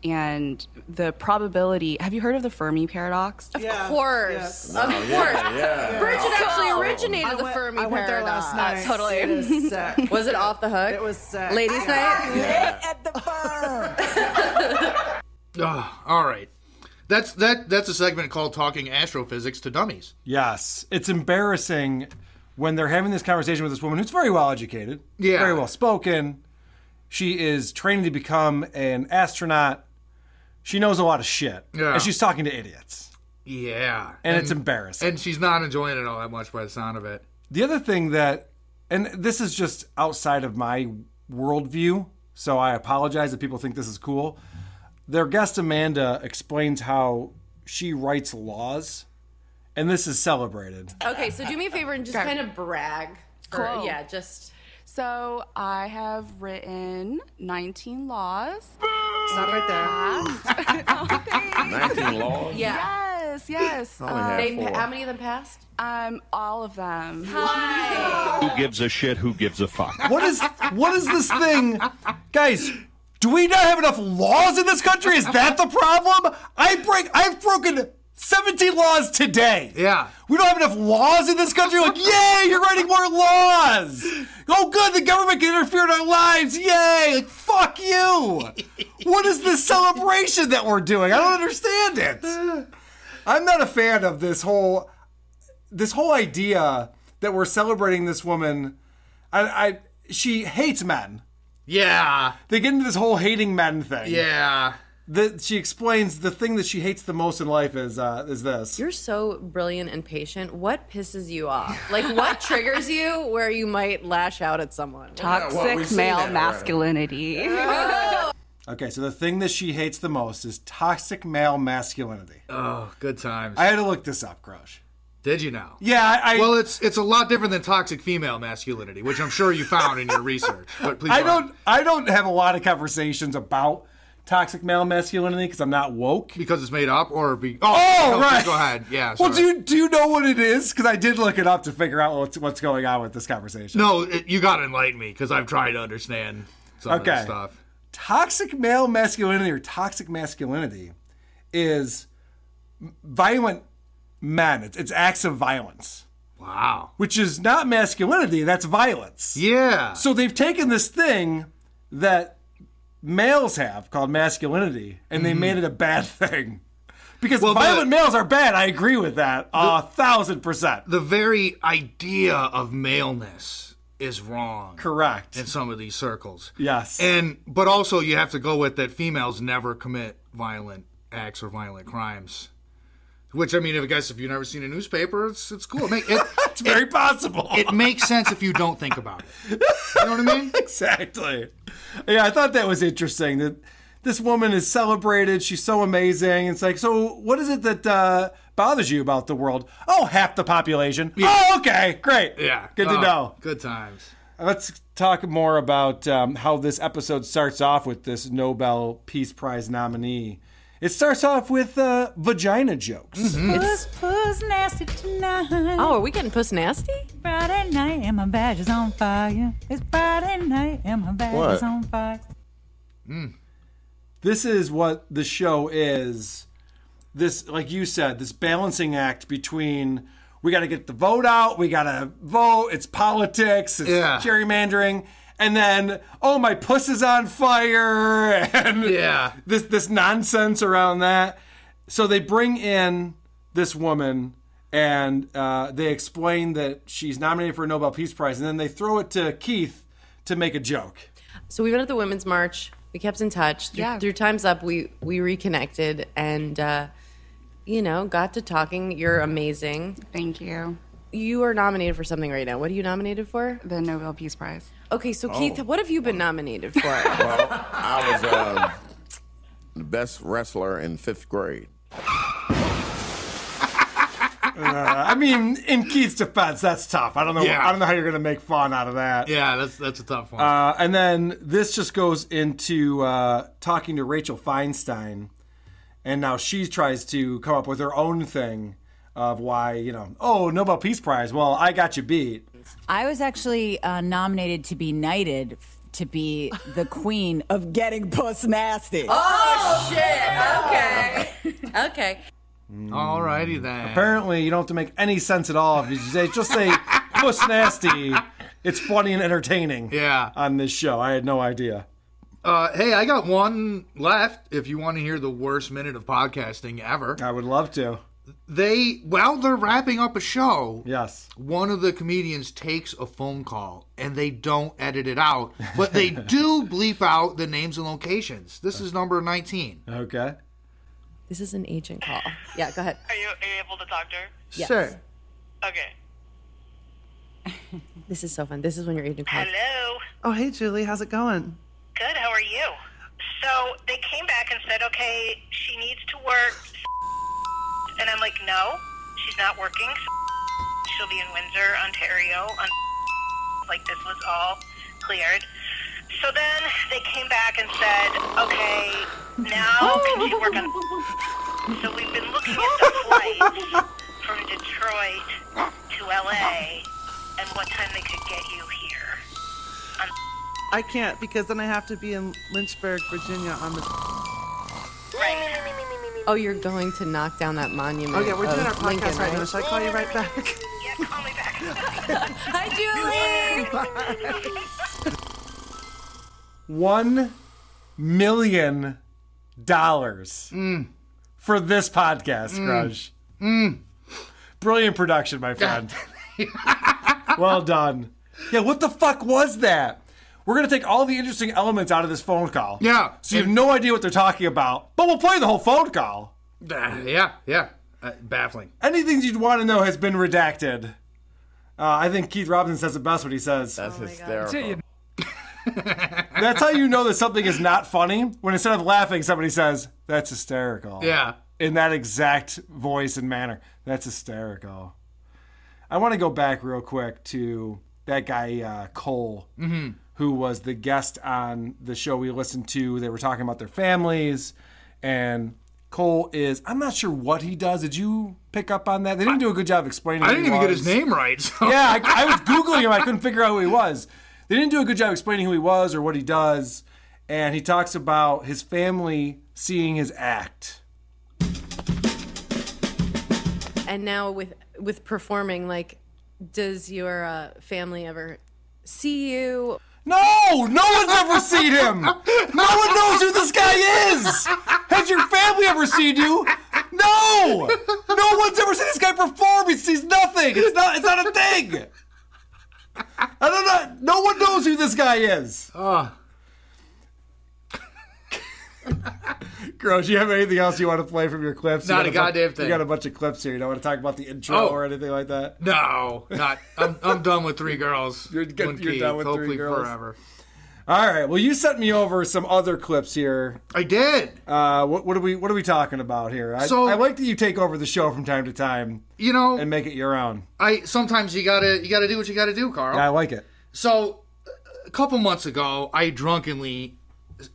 And the probability have you heard of the Fermi paradox? Of course. Of No, course. yeah, yeah. Bridget actually So- originated the Fermi I went there paradox. last night. Totally. It is sick. Was it off the hook? It was sick. Ladies' I night? got lit at the Ugh, all right. That's that. That's a segment called "Talking Astrophysics to Dummies." Yes. It's embarrassing when they're having this conversation with this woman who's very well educated, Yeah. very well spoken. She is training to become an astronaut. She knows a lot of shit. Yeah. And she's talking to idiots. Yeah, And it's embarrassing. And she's not enjoying it all that much by the sound of it. The other thing that, and this is just outside of my worldview, so I apologize if people think this is cool. Their guest Amanda explains how she writes laws, and this is celebrated. Okay, so do me a favor and just Okay. kind of brag. for- Cool. Yeah, just. So I have written 19 laws. Stop right there. 19 laws. Yes, yes. I only had Um, They- four. how many of them passed? Um, all of them. Who gives a shit? Who gives a fuck? What is what is this thing, guys? Do we not have enough laws in this country? Is that the problem? I break. I've broken seventeen laws today. Yeah. We don't have enough laws in this country. Like, yay, you're writing more laws. Oh, good, the government can interfere in our lives. Yay! Like, fuck you. What is this celebration that we're doing? I don't understand it. I'm not a fan of this whole this whole idea that we're celebrating this woman. I, I she hates men. Yeah. They get into this whole hating men thing. Yeah. That she explains the thing that she hates the most in life is uh, is this. You're so brilliant and patient. What pisses you off? Like what triggers you where you might lash out at someone? Toxic male masculinity. Okay, so the thing that she hates the most is toxic male masculinity. Oh, good times. I had to look this up, Grosh. Did you know? Yeah, I, I well, it's it's a lot different than toxic female masculinity, which I'm sure you found in your research. But please, I go on. don't I don't have a lot of conversations about toxic male masculinity because I'm not woke. Because it's made up or be Oh, no, Oh, please right. Go ahead. Yeah. Well, do sorry. you do you know what it is? Because I did look it up to figure out what's what's going on with this conversation. No, it, you got to enlighten me because I'm trying to understand some of Okay. this stuff. Toxic male masculinity or toxic masculinity is violent men. It's, it's acts of violence. Wow. Which is not masculinity, that's violence. Yeah. So they've taken this thing that males have called masculinity and they Mhm. made it a bad thing. Because Well, the- violent males are bad. I agree with that a thousand percent. The very idea of maleness is wrong. Correct. In some of these circles. Yes. And but also you have to go with that females never commit violent acts or violent crimes. Which I mean, if guys, if you've never seen a newspaper, it's it's cool. It make, it, it's very possible. It makes sense if you don't think about it. You know what I mean? exactly. Yeah, I thought that was interesting that this woman is celebrated. She's so amazing. It's like, so what is it that uh, bothers you about the world? Oh, half the population. Oh, okay, great. Yeah. good to Oh, know. Good times. Let's talk more about um, how this episode starts off with this Nobel Peace Prize nominee. It starts off with uh, vagina jokes. Mm-hmm. Puss, puss nasty tonight. Oh, are we getting puss nasty? Friday night and my badge is on fire. It's Friday night and my badge What? is on fire. Mm. this is what the show is this like you said this balancing act between we got to get the vote out we got to vote it's politics it's Yeah. gerrymandering and then oh my puss is on fire and Yeah. this this nonsense around that so they bring in this woman and uh, they explain that she's nominated for a Nobel Peace Prize, and then they throw it to Keith to make a joke. So we went at the women's march. We kept in touch. Through, Yeah. through Time's Up, we we reconnected and uh, you know got to talking. You're amazing. Thank you. You are nominated for something right now. What are you nominated for? The Nobel Peace Prize. Okay, so Oh. Keith, what have you been nominated for? I was um, the best wrestler in fifth grade. Uh, I mean, in Keith's defense, that's tough. I don't know. Yeah. I don't know how you're gonna make fun out of that. Yeah, that's that's a tough one. Uh, and then this just goes into uh, talking to Rachel Feinstein, and now she tries to come up with her own thing of why you know, oh Nobel Peace Prize. Well, I got you beat. I was actually uh, nominated to be knighted f- to be the queen of getting puss nasty. Oh, shit. Okay. okay. Alrighty then. Apparently, you don't have to make any sense at all if you say just say puss nasty. It's funny and entertaining. Yeah. On this show, I had no idea. Uh, hey, I got one left. If you want to hear the worst minute of podcasting ever, I would love to. They while they're wrapping up a show, yes, one of the comedians takes a phone call and they don't edit it out, but they do bleep out the names and locations. This is number nineteen. Okay. This is an agent call. Yeah, go ahead. Are you, are you able to talk to her? Yes. Sure. Okay. This is so fun. This is when your agent calls. Hello. Oh, hey, Julie. How's it going? Good. How are you? So they came back and said, okay, she needs to work. And I'm like, no, she's not working. She'll be in Windsor, Ontario. On like this was all cleared. So then they came back and said, okay, now can she work on? So we've been looking at the flights from Detroit to LA and what time they could get you here. I can't because then I have to be in Lynchburg, Virginia on the. Oh, you're going to knock down that monument. Oh, yeah, we're doing of our podcast Lincoln, right now. Should I call you right back? Hi, Julie. one million dollars for this podcast, Mm. Grudge. Brilliant production, my friend. well done. Yeah, what the fuck was that? We're gonna take all the interesting elements out of this phone call. Yeah. So you have no idea what they're talking about, but we'll play the whole phone call. Ah, yeah, yeah. Uh, baffling. Anything you'd want to know has been redacted. Uh, I think Keith Robinson says it best when he says. That's hysterical. That's how you know that something is not funny when instead of laughing, somebody says, "That's hysterical." Yeah. In that exact voice and manner, that's hysterical. I want to go back real quick to that guy uh, Cole, Mhm. who was the guest on the show we listened to. They were talking about their families, and Cole is. I'm not sure what he does. Did you pick up on that? They didn't do a good job explaining. I who didn't he even get was. his name right. so- Yeah, I, I was googling him. I couldn't figure out who he was. They didn't do a good job explaining who he was or what he does. And he talks about his family seeing his act. And now with with performing, like, does your uh, family ever see you? No, no one's ever seen him. No one knows who this guy is. Has your family ever seen you? No, no one's ever seen this guy perform. He sees nothing. It's not. It's not a thing. I don't know. No one knows who this guy is. Uh. Gross. You have anything else you want to play from your clips? You Not got a bu- goddamn thing. You got a bunch of clips here. You don't want to talk about the intro Oh. or anything like that. No, not. I'm, I'm done with three girls. You're, good- you're done with three hopefully girls? forever. All right. Well, you sent me over some other clips here. I did. Uh, what, what are we What are we talking about here? I, So- I like that you take over the show from time to time. You know, and make it your own. I sometimes you gotta you gotta do what you gotta do, Carl. Yeah, I like it. So, a couple months ago, I drunkenly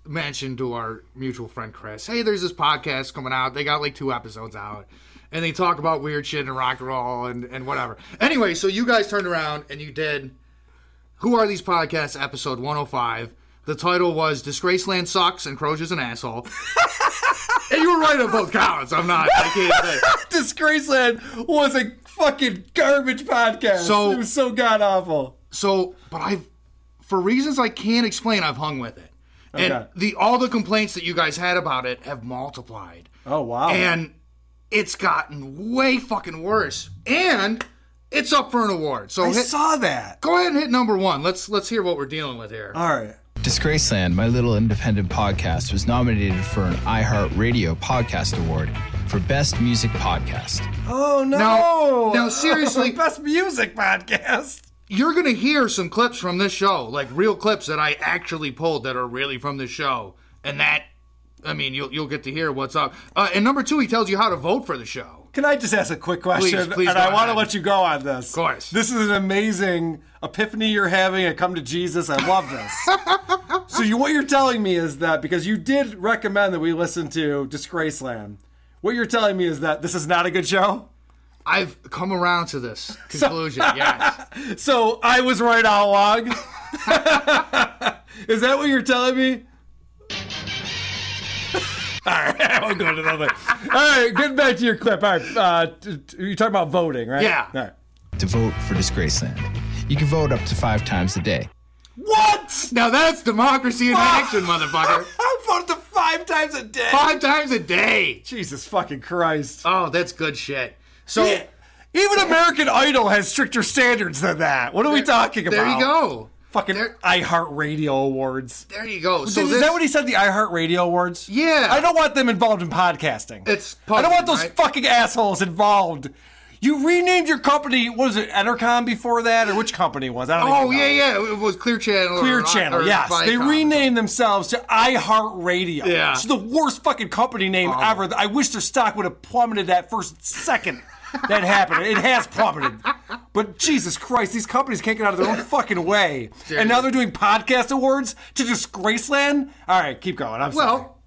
mentioned to our mutual friend Chris, "Hey, there's this podcast coming out. They got like two episodes out, and they talk about weird shit and rock and roll and and whatever." Anyway, so you guys turned around and you did. Who are these podcasts? Episode 105. The title was "Disgraceland Sucks and Crozier an Asshole." and you were right on both counts. I'm not. I can't say. Disgraceland was a fucking garbage podcast. So- it was so god awful. So, but I've, for reasons I can't explain, I've hung with it, and Okay. the all the complaints that you guys had about it have multiplied, Oh wow. and it's gotten way fucking worse, and it's up for an award. So I hit- saw that. Go ahead and hit number one. Let's let's hear what we're dealing with here. All right. Disgraceland, my little independent podcast, was nominated for an iHeartRadio Podcast Award for Best Music Podcast. Oh no! Now, now, seriously, best music podcast. You're gonna hear some clips from this show, like real clips that I actually pulled that are really from this show, and that, I mean, you'll you'll get to hear what's up. Uh, and number two, he tells you how to vote for the show. Can I just ask a quick question? Please, please and go I want to ahead. let you go on this. Of course. This is an amazing epiphany you're having. I come to Jesus. I love this. so you, what you're telling me is that because you did recommend that we listen to Disgraceland, what you're telling me is that this is not a good show. I've come around to this conclusion. yes. So I was right all along. is that what you're telling me? All right, I won't go to another. All right, getting back to your clip. All right, uh, t- t- you're talking about voting, right? Yeah. All right. To vote for Disgraceland, you can vote up to five times a day. What? Now that's democracy in action, motherfucker. I voted the five times a day. Five times a day. Jesus fucking Christ. Oh, that's good shit. So Even American Idol has stricter standards than that. What are we talking about? There you go. Fucking iHeartRadio Awards. There you go. Is, So is this- that what he said? The iHeartRadio Awards? Yeah. I don't want them involved in podcasting. It's I don't want those right? fucking assholes involved. You renamed your company. What was it Entercom before that, or which company was? I don't. even Oh know. yeah, yeah. It was Clear Channel. or- Clear or Channel, yes. They Viacom. renamed themselves to iHeartRadio. Yeah. It's the worst fucking company name ever. I wish their stock would have plummeted that first second that happened. It has plummeted. But Jesus Christ, these companies can't get out of their own fucking way. And now they're doing podcast awards to Disgraceland? All right, keep going. I'm sorry. Well, I-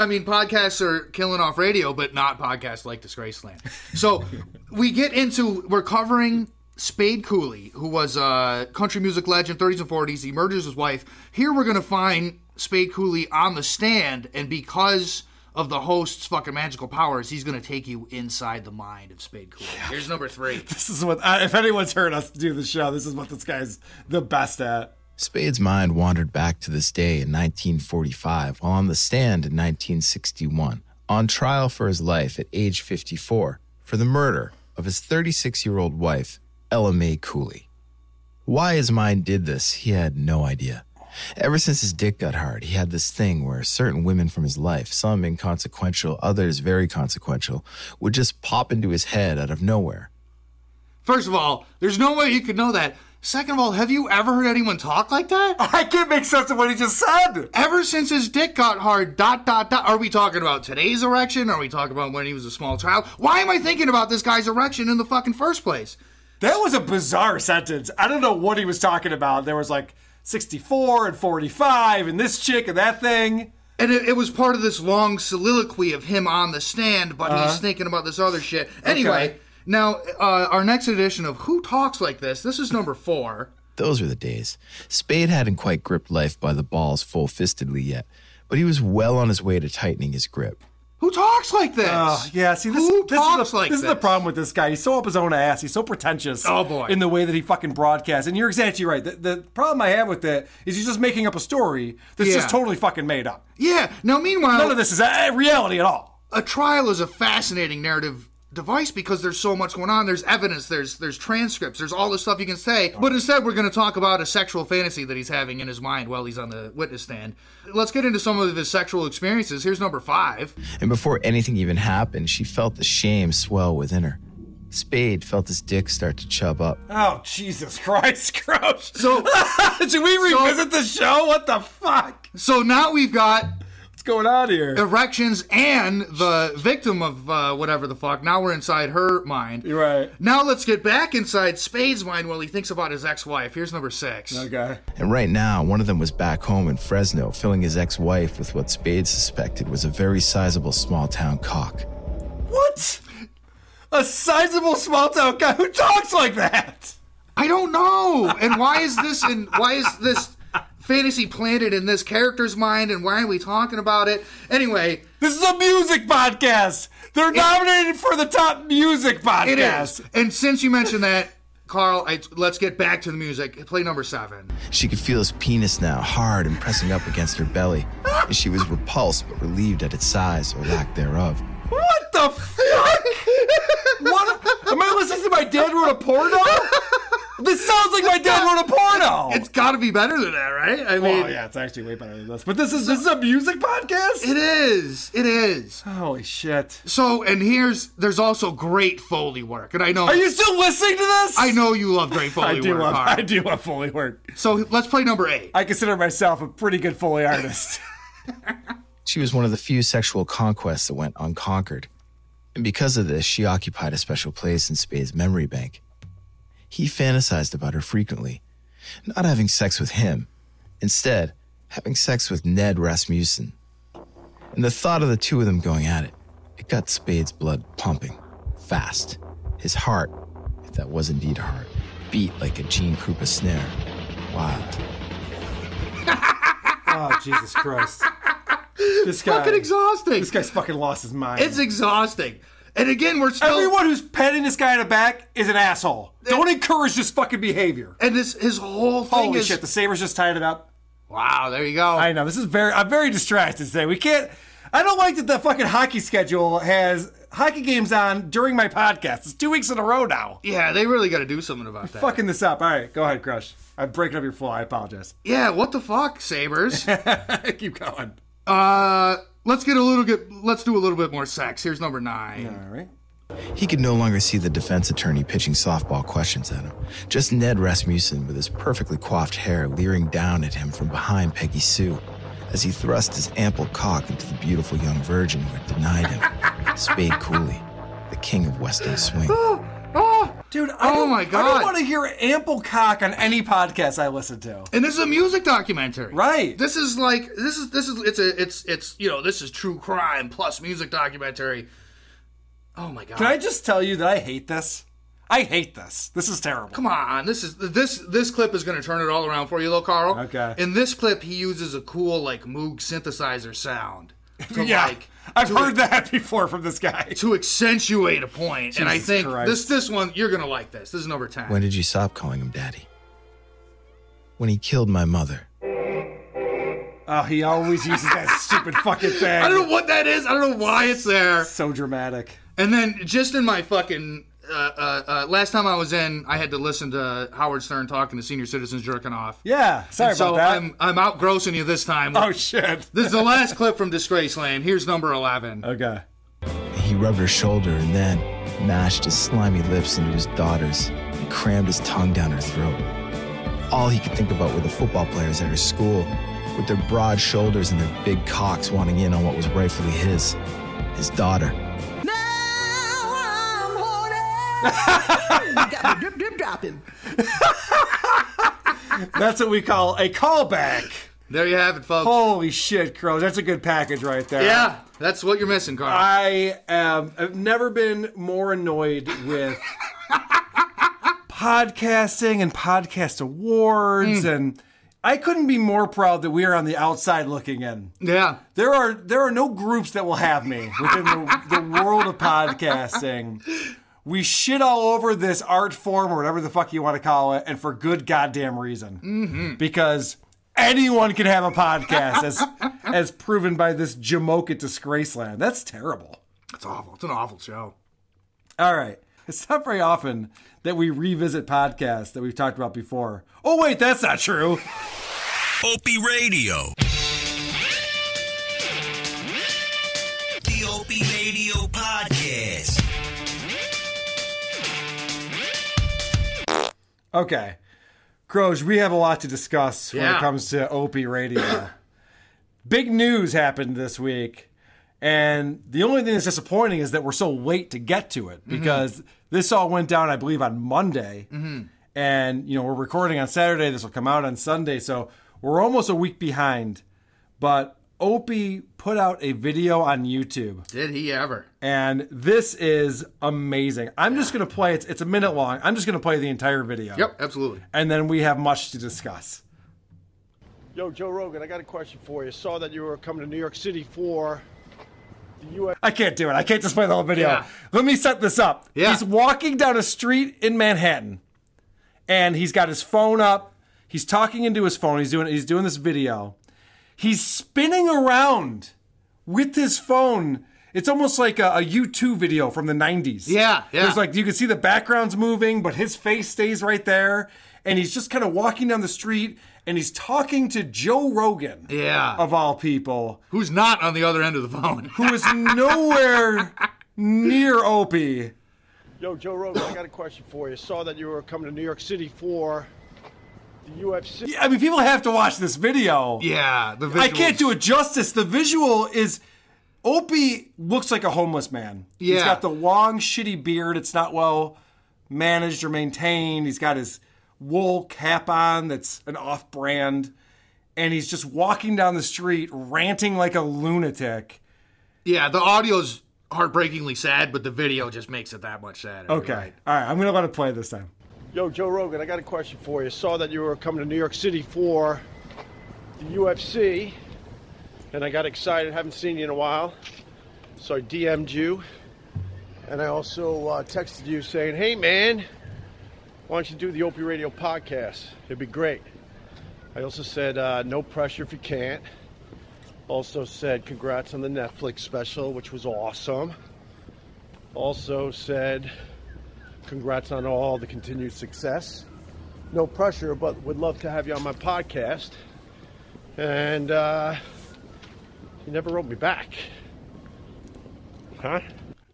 I mean, podcasts are killing off radio, but not podcasts like Disgraceland. So we get into we're covering Spade Cooley, who was a country music legend, 30s and 40s. He murders his wife. Here we're gonna find Spade Cooley on the stand, and because of the host's fucking magical powers, he's gonna take you inside the mind of Spade Cooley. Here's number three. This is what, I, if anyone's heard us do the show, this is what this guy's the best at. Spade's mind wandered back to this day in 1945 while on the stand in 1961, on trial for his life at age 54 for the murder of his 36 year old wife, Ella Mae Cooley. Why his mind did this, he had no idea. Ever since his dick got hard, he had this thing where certain women from his life, some inconsequential, others very consequential, would just pop into his head out of nowhere. First of all, there's no way you could know that. Second of all, have you ever heard anyone talk like that? I can't make sense of what he just said. Ever since his dick got hard, dot, dot, dot. Are we talking about today's erection? Are we talking about when he was a small child? Why am I thinking about this guy's erection in the fucking first place? That was a bizarre sentence. I don't know what he was talking about. There was like 64 and 45 and this chick and that thing. And it, it was part of this long soliloquy of him on the stand, but Uh-huh. he's thinking about this other shit. Anyway, Okay. now, uh, our next edition of Who Talks Like This, this is number four. Those were the days. Spade hadn't quite gripped life by the balls full fistedly yet, but he was well on his way to tightening his grip. Who talks like this? Oh, yeah, see, this, this, is, the, this is the problem with this guy. He's so up his own ass. He's so pretentious. Oh, boy. In the way that he fucking broadcasts. And you're exactly right. The, the problem I have with that is he's just making up a story that's Yeah. just totally fucking made up. Yeah. Now, meanwhile, None of this is uh, reality at all. A trial is a fascinating narrative device because there's so much going on. There's evidence. There's there's transcripts. There's all this stuff you can say. But instead, we're going to talk about a sexual fantasy that he's having in his mind while he's on the witness stand. Let's get into some of his sexual experiences. Here's number five. And before anything even happened, she felt the shame swell within her. Spade felt his dick start to chub up. Oh, Jesus Christ, Crouch. So, should we revisit the show? What the fuck? So now we've got. What's going on here? Erections and the victim of uh, whatever the fuck. Now we're inside her mind. You're right. Now let's get back inside Spade's mind while he thinks about his ex wife. Here's number six. Okay. And right now, one of them was back home in Fresno, filling his ex wife with what Spade suspected was a very sizable small town cock. What? A sizable small town guy who talks like that. I don't know. And why is this and why is this fantasy planted in this character's mind and why are we talking about it? Anyway, this is a music podcast. They're nominated for the top music It podcast. is. And since you mentioned that, Carl, I, let's get back to the music. Play number 7. She could feel his penis now, hard and pressing up against her belly, and she was repulsed but relieved at its size or lack thereof. What the fuck? what? Am I listening to my dad wrote a porno? This sounds like my dad wrote a porno. It's got to be better than that, right? I mean, well, Oh. yeah, it's actually way better than this. But this is this is a music podcast. It is. It is. Holy shit. So, and here's there's also great Foley work. And I know Are you still listening to this? I know you love great Foley I do work. love. Carl. I do love Foley work. So let's play number eight. I consider myself a pretty good Foley artist. She was one of the few sexual conquests that went unconquered. And because of this, she occupied a special place in Spade's memory bank. He fantasized about her frequently, not having sex with him, instead, having sex with Ned Rasmussen. And the thought of the two of them going at it, it got Spade's blood pumping, fast. His heart, if that was indeed a heart, beat like a Gene Krupa snare, wild. oh Jesus Christ! This guy Fucking exhausting. This guy's fucking lost his mind. It's exhausting. And again, we're still Everyone who's petting this guy in the back is an asshole. Don't encourage this fucking behavior. And this his whole thing Holy is- shit! The Sabers just tied it up. Wow, there you go. I know this is very. I'm very distracted today. We can't. I don't like that the fucking hockey schedule has hockey games on during my podcast. It's two weeks in a row now. Yeah, they really got to do something about that. Fucking this up. All right, go ahead, Crush. I'm breaking up your flow. I apologize. Yeah, what the fuck, Sabers? Keep going. Uh, let's get a little bit. Let's do a little bit more sex. Here's number nine. All right. He could no longer see the defense attorney pitching softball questions at him. Just Ned Rasmussen with his perfectly coiffed hair leering down at him from behind Peggy Sue as he thrust his ample cock into the beautiful young virgin who had denied him. Spade Cooley, the king of Western swing. Ah! Dude, I oh don't- my I don't god! want to hear ample cock on any podcast I listen to. and this is a music documentary, right? This is like this is this is it's a it's it's you know this is true crime plus music documentary. Oh my god! Can I just tell you that I hate this? I hate this. This is terrible. Come on, this is this this clip is going to turn it all around for you, little Carl. Okay. In this clip, he uses a cool like Moog synthesizer sound. To, Yeah, like, I've to- heard that before from this guy. To accentuate a point, and I Jesus think Christ. this this one you're going to like this. This is number ten. When did you stop calling him daddy? When he killed my mother. Oh, he always uses that stupid fucking thing. I don't know what that is. I don't know why it's there. So dramatic. And then just in my fucking uh, uh, uh, last time I was in, I had to listen to Howard Stern talking to senior citizens jerking off. Yeah, sorry And so about that. I'm I'm outgrossing you this time. Oh, shit! This is the last clip from Disgrace Land. Here's number eleven. Okay. He rubbed her shoulder and then mashed his slimy lips into his daughter's and crammed his tongue down her throat. All he could think about were the football players at her school, with their broad shoulders and their big cocks wanting in on what was rightfully his, his daughter. got me drip, drip, dropping. That's what we call a callback. There you have it, folks. Holy shit, crows! That's a good package right there. Yeah, that's what you're missing, Carl. I am. I've never been more annoyed with podcasting and podcast awards, and I couldn't be more proud that we are on the outside looking in. Yeah, there are there are no groups that will have me within the, the world of podcasting. We shit all over this art form or whatever the fuck you want to call it, and for good goddamn reason Hmm. Mm-hmm. because anyone can have a podcast as as proven by this Jamoke at Disgraceland. That's terrible. It's awful. It's an awful show. All right. It's not very often that we revisit podcasts that we've talked about before. Oh wait, that's not true. Opie Radio. The Opie Radio Podcast. Okay. Croge, we have a lot to discuss when it Yeah. comes to Opie Radio. Big news happened this week. And the only thing that's disappointing is that we're so late to get to it because this all went down, I believe, on Monday. Mm-hmm. and you know we're recording on Saturday. This will come out on Sunday, so we're almost a week behind. But Opie put out a video on YouTube, Did he ever? and this is amazing. I'm just gonna play it's it's a minute long. I'm just gonna play the entire video. Yep, absolutely. And then we have much to discuss. Yo, Joe Rogan, I got a question for you. Saw that you were coming to New York City for the U.S. I can't do it. I can't just play the whole video. Yeah. Let me set this up. He's walking down a street in Manhattan, and he's got his phone up. He's talking into his phone. He's doing he's doing this video. He's spinning around with his phone. It's almost like a, a U2 video from the 90s. Yeah, yeah. There's like you can see the background's moving, but his face stays right there. And he's just kind of walking down the street and he's talking to Joe Rogan. Yeah. Of all people. Who's not on the other end of the phone? who is nowhere near Opie. Yo, Joe Rogan, I got a question for you. Saw that you were coming to New York City for the UFC. I mean, people have to watch this video. Yeah, the I can't do it justice. The visual is Opie looks like a homeless man. He's Yeah. got the long, shitty beard. It's not well managed or maintained. He's got his wool cap on that's an off brand. And he's just walking down the street ranting like a lunatic. Yeah, the audio's heartbreakingly sad, but the video just makes it that much sadder. Okay. All right. I'm going to let it play this time. Yo, Joe Rogan, I got a question for you. Saw that you were coming to New York City for the UFC, and I got excited. Haven't seen you in a while, so I DM'd you, and I also uh, texted you saying, "Hey, man, why don't you do the Opie Radio podcast? It'd be great." I also said, uh, "No pressure if you can't." Also said, "Congrats on the Netflix special, which was awesome." Also said, Congrats on all the continued success. No pressure, but would love to have you on my podcast. And uh, you never wrote me back. Huh?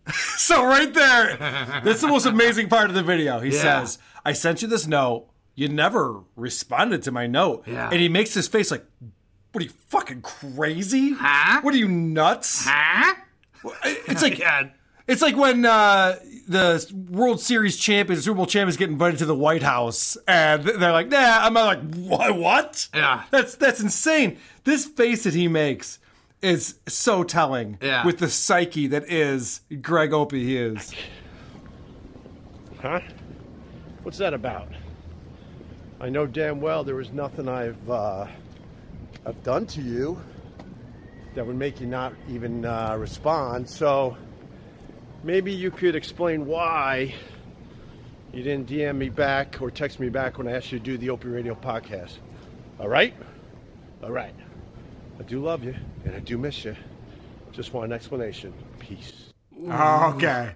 so right there, that's the most amazing part of the video. He Yeah. says, "I sent you this note. You never responded to my note." Yeah. And he makes his face like, "What are you fucking crazy? Huh? What are you nuts? Huh?" It's like it's like when uh, the World Series champions, Super Bowl champions, get invited to the White House, and they're like, "Nah." I'm like, "What? What? Yeah. That's that's insane." This face that he makes is so telling Yeah. with the psyche that is Greg Opie. He is. Huh? What's that about? I know damn well there was nothing I've uh, I've done to you that would make you not even uh, respond. So maybe you could explain why you didn't DM me back or text me back when I asked you to do the Opie Radio podcast. All right, all right. I do love you and I do miss you. Just want an explanation. Peace. Oh, Okay.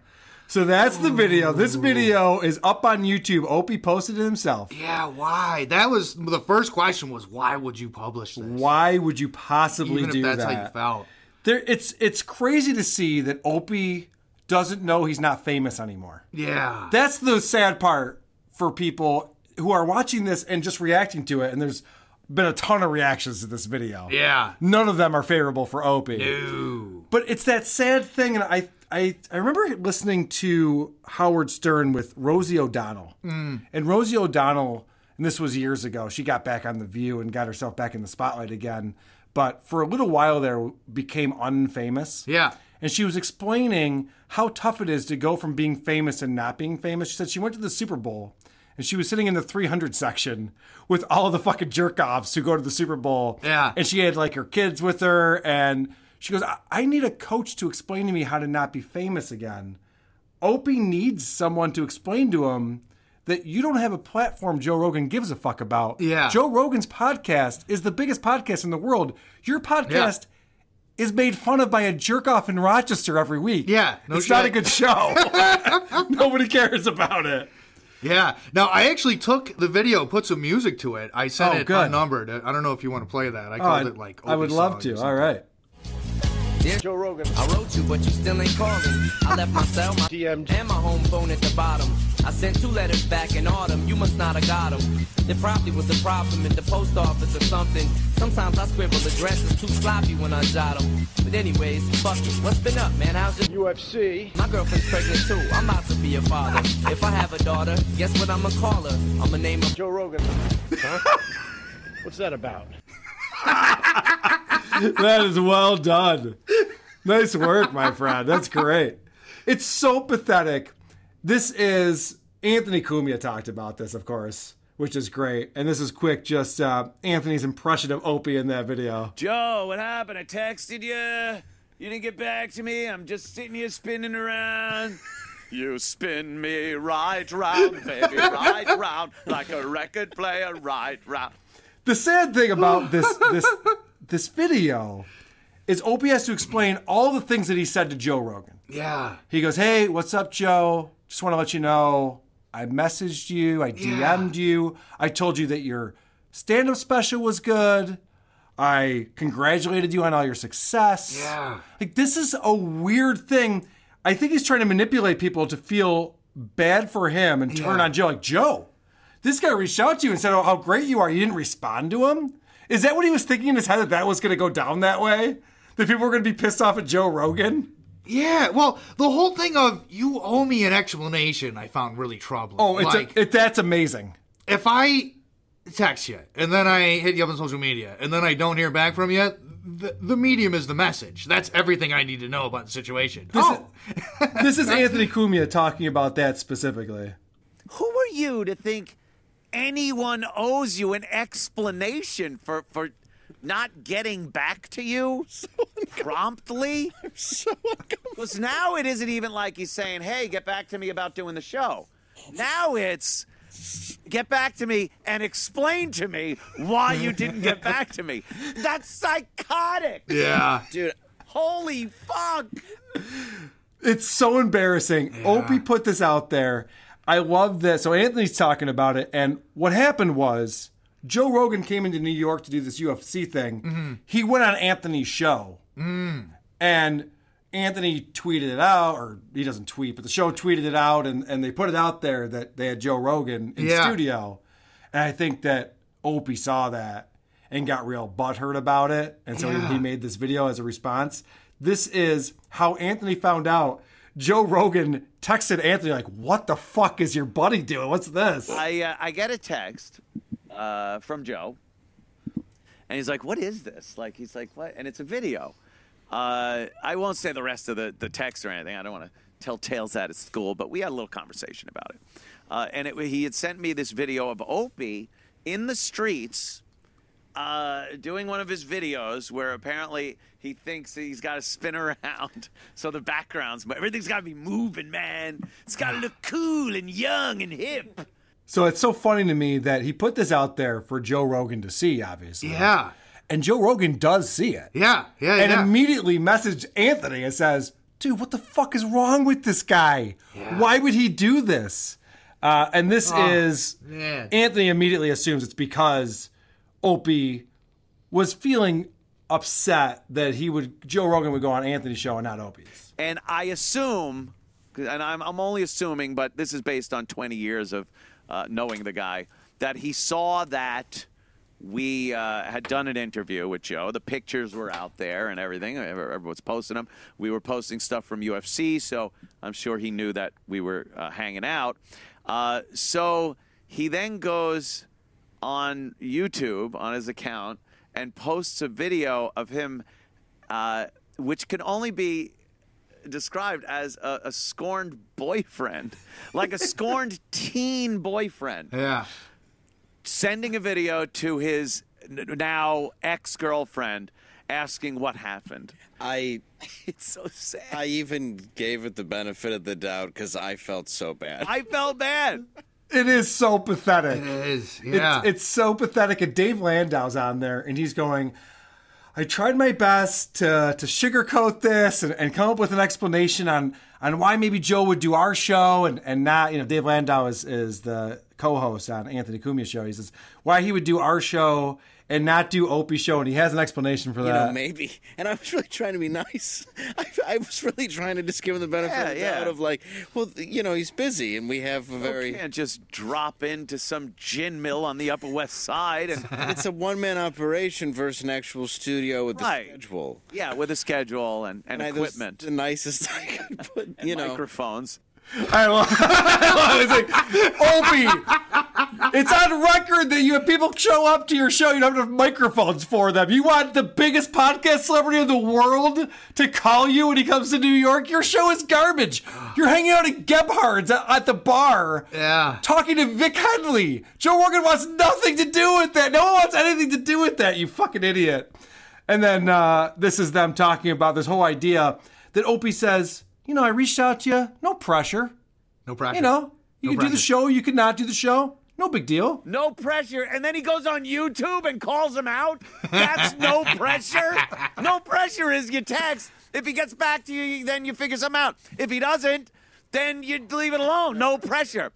So that's the video. This video is up on YouTube. Opie posted it himself. Yeah, why? That was the first question was why would you publish this? Why would you possibly Even if do that's that? how you felt. There, it's it's crazy to see that Opie doesn't know he's not famous anymore. Yeah. That's the sad part for people who are watching this and just reacting to it. And there's been a ton of reactions to this video. Yeah. None of them are favorable for Opie. No. But it's that sad thing, and I I I remember listening to Howard Stern with Rosie O'Donnell, Hmm. Mm. and Rosie O'Donnell, and this was years ago. She got back on the View and got herself back in the spotlight again, but for a little while there became unfamous. Yeah. And she was explaining how tough it is to go from being famous and not being famous. She said she went to the Super Bowl and she was sitting in the 300 section with all the fucking jerk offs who go to the Super Bowl. Yeah. And she had like her kids with her. And she goes, I, I need a coach to explain to me how to not be famous again. Opie needs someone to explain to him that you don't have a platform Joe Rogan gives a fuck about. Yeah. Joe Rogan's podcast is the biggest podcast in the world. Your podcast is made fun of by a jerk off in Rochester every week. Yeah. no it's not a shit. good show. Nobody cares about it. Yeah. Now I actually took the video, put some music to it. I sent Oh, it good. unnumbered. I don't know if you want to play that. I Oh, called I- it like. I would Opie love songs to. or All right. Joe Rogan. I wrote you, but you still ain't calling. I left my cell, my DM, and my home phone at the bottom. I sent two letters back in autumn. You must not have got them. There probably was a problem at the post office or something. Sometimes I scribble addresses too sloppy when I jot 'em. But anyways, fuck it. What's been up, man? How's your UFC? My girlfriend's pregnant too. I'm about to be a father. If I have a daughter, guess what I'ma call her? I'ma name her Joe Rogan. What's that about? that is well done. Nice work, my friend. That's great. It's so pathetic. This is Anthony Cumia talked about this, of course, which is great. And this is quick, just uh, Anthony's impression of Opie in that video. Joe, what happened? I texted you. You didn't get back to me. I'm just sitting here spinning around. You spin me right round, baby, right round, like a record player, right round. The sad thing about this this this video is Opie has to explain all the things that he said to Joe Rogan. Yeah. He goes, Hey, what's up, Joe? Just want to let you know I messaged you, I Yeah. DM'd you, I told you that your stand up special was good, I congratulated you on all your success. Yeah. Like, this is a weird thing. I think he's trying to manipulate people to feel bad for him and turn Yeah. on Joe. Like, Joe, this guy reached out to you and said, Oh, how great you are. You didn't respond to him. Is that what he was thinking in his head that that was going to go down that way? That people were going to be pissed off at Joe Rogan? Yeah, well, the whole thing of you owe me an explanation, I found really troubling. Oh, it's a- like it, that's amazing. if I text you and then I hit you up on social media and then I don't hear back from you, the, the medium is the message. That's everything I need to know about the situation. oh, this is Anthony Cumia talking about that specifically. Who are you to think anyone owes you an explanation for for not getting back to you promptly? I'm so Because now it isn't even like he's saying, "Hey, get back to me about doing the show." Now it's get back to me and explain to me why you didn't get back to me. That's psychotic. Yeah. Dude, holy fuck. It's so embarrassing. Opie put this out there. I love that. So Anthony's talking about it, and what happened was Joe Rogan came into New York to do this UFC thing. Mhm. He went on Anthony's show, Mm. and Anthony tweeted it out, or he doesn't tweet, but the show tweeted it out, and, and they put it out there that they had Joe Rogan in Yeah. studio. And I think that Opie saw that and got real butthurt about it. And so he- Yeah. he made this video as a response. This is how Anthony found out. Joe Rogan texted Anthony, like, what the fuck is your buddy doing? What's this? I uh, I get a text uh, from Joe, and he's like, "What is this?" Like he's like, "What?" And it's a video. Uh, I won't say the rest of the the text or anything. I don't want to tell tales out of school, but we had a little conversation about it. Uh, and it, he had sent me this video of Opie in the streets uh, doing one of his videos where apparently he thinks he's got to spin around, so the backgrounds, everything's got to be moving, man. It's got to look cool and young and hip. So it's so funny to me that he put this out there for Joe Rogan to see, obviously. Yeah. And Joe Rogan does see it. Yeah, yeah, And yeah. immediately messaged Anthony and says, dude, what the fuck is wrong with this guy? Why would he do this? Uh, and this Oh, is man. Anthony immediately assumes it's because Opie was feeling upset that he would Joe Rogan would go on Anthony's show and not Opie's. And I assume, 'cause- and I'm, I'm only assuming, but this is based on 20 years of uh, knowing the guy, that he saw that we uh, had done an interview with Joe. The pictures were out there and everything. Ever- Everyone's posting them. We were posting stuff from UFC, so I'm sure he knew that we were uh, hanging out. Uh, so he then goes on YouTube on his account and posts a video of him, uh, which can only be described as a, a scorned boyfriend, like a scorned teen boyfriend. Yeah. Sending a video to his n- now ex girlfriend asking what happened. I. It's so sad. I even gave it the benefit of the doubt because I felt so bad. I felt bad. It is so pathetic. It is, yeah. It's, so pathetic. And Dave Landau's on there, and he's going, I tried my best to, to sugarcoat this and, and come up with an explanation on, on why maybe Joe would do our show and, and not, you know, Dave Landau is, is the co host on Anthony Cumia's show. He says, why he would do our show and not do Opie's show, and he has an explanation for You that. know, maybe. And I was really trying to be nice. I, I was really trying to just give him the benefit of the Yeah, yeah. doubt of like, well, th- you know, he's busy and we have a very. You can't just drop into some gin mill on the Upper West Side. And it's a one man operation versus an actual studio with the Right. schedule. Yeah, with a schedule and, and, I- that was equipment. The nicest I could put, you and know. microphones. I love, I was like, Opie, it's on record that you have people show up to your show. You don't have microphones for them. You want the biggest podcast celebrity in the world to call you when he comes to New York? Your show is garbage. You're hanging out at Gebhard's at, at the bar. Yeah. Talking to Vic Henley. Joe Rogan wants nothing to do with that. No one wants anything to do with that, you fucking idiot. And then uh, this is them talking about this whole idea that Opie says, you know, I reached out to you, no pressure. No pressure. You know, you No can do the pressure. show, you could not do the show, no big deal. No pressure. And then he goes on YouTube and calls him out. That's no pressure. No pressure is your text. If he gets back to you, then you figure something out. If he doesn't, then you leave it alone. No pressure.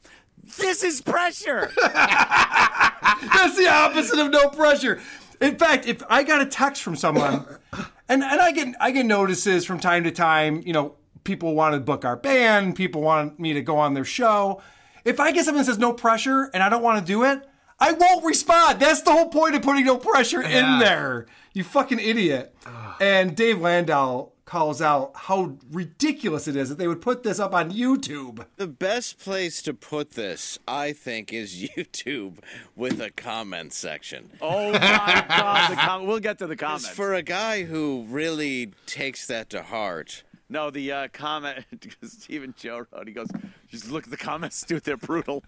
This is pressure. That's the opposite of no pressure. In fact, if I got a text from someone, and, and I get I get notices from time to time, you know, people want to book our band, people want me to go on their show. If I get something that says no pressure and I don't want to do it, I won't respond. That's the whole point of putting no pressure in Yeah. there. You fucking idiot. And Dave Landau calls out how ridiculous it is that they would put this up on YouTube. The best place to put this, I think, is YouTube with a comment section. Oh my God! The com- we'll get to the comments. For a guy who really takes that to heart. No, the uh, comment Stephen Joe wrote. He goes, "Just look at the comments, dude. They're brutal."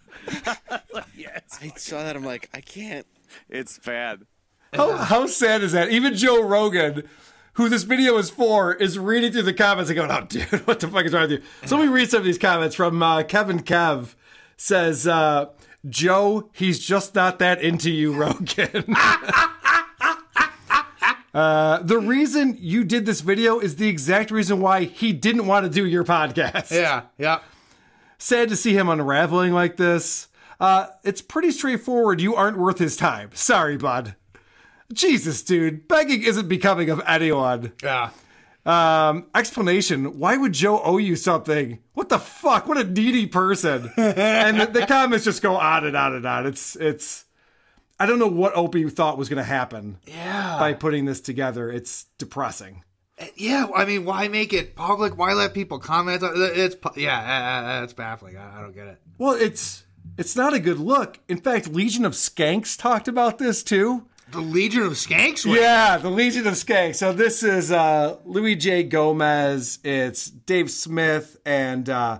yes, I saw that. I'm like, I can't. It's bad. How, how sad is that? Even Joe Rogan, who this video is for, is reading through the comments and going, oh, dude, what the fuck is wrong with you? So let me read some of these comments from uh, Kevin Kev says, uh, Joe, he's just not that into you, Rogan. Uh, the reason you did this video is the exact reason why he didn't want to do your podcast. Yeah, yeah. Sad to see him unraveling like this. Uh, it's pretty straightforward. You aren't worth his time. Sorry, bud. Jesus, dude, begging isn't becoming of anyone. Yeah. Um, explanation: Why would Joe owe you something? What the fuck? What a needy person! and the, the comments just go on and on and on. It's it's. I don't know what Opie thought was going to happen. Yeah. By putting this together, it's depressing. Yeah, I mean, why make it public? Why let people comment? on It's pu- yeah, uh, uh, uh, it's baffling. I, I don't get it. Well, it's it's not a good look. In fact, Legion of Skanks talked about this too. The Legion of Skanks? Yeah, the Legion of Skanks. So this is uh, Louis J. Gomez, it's Dave Smith, and uh,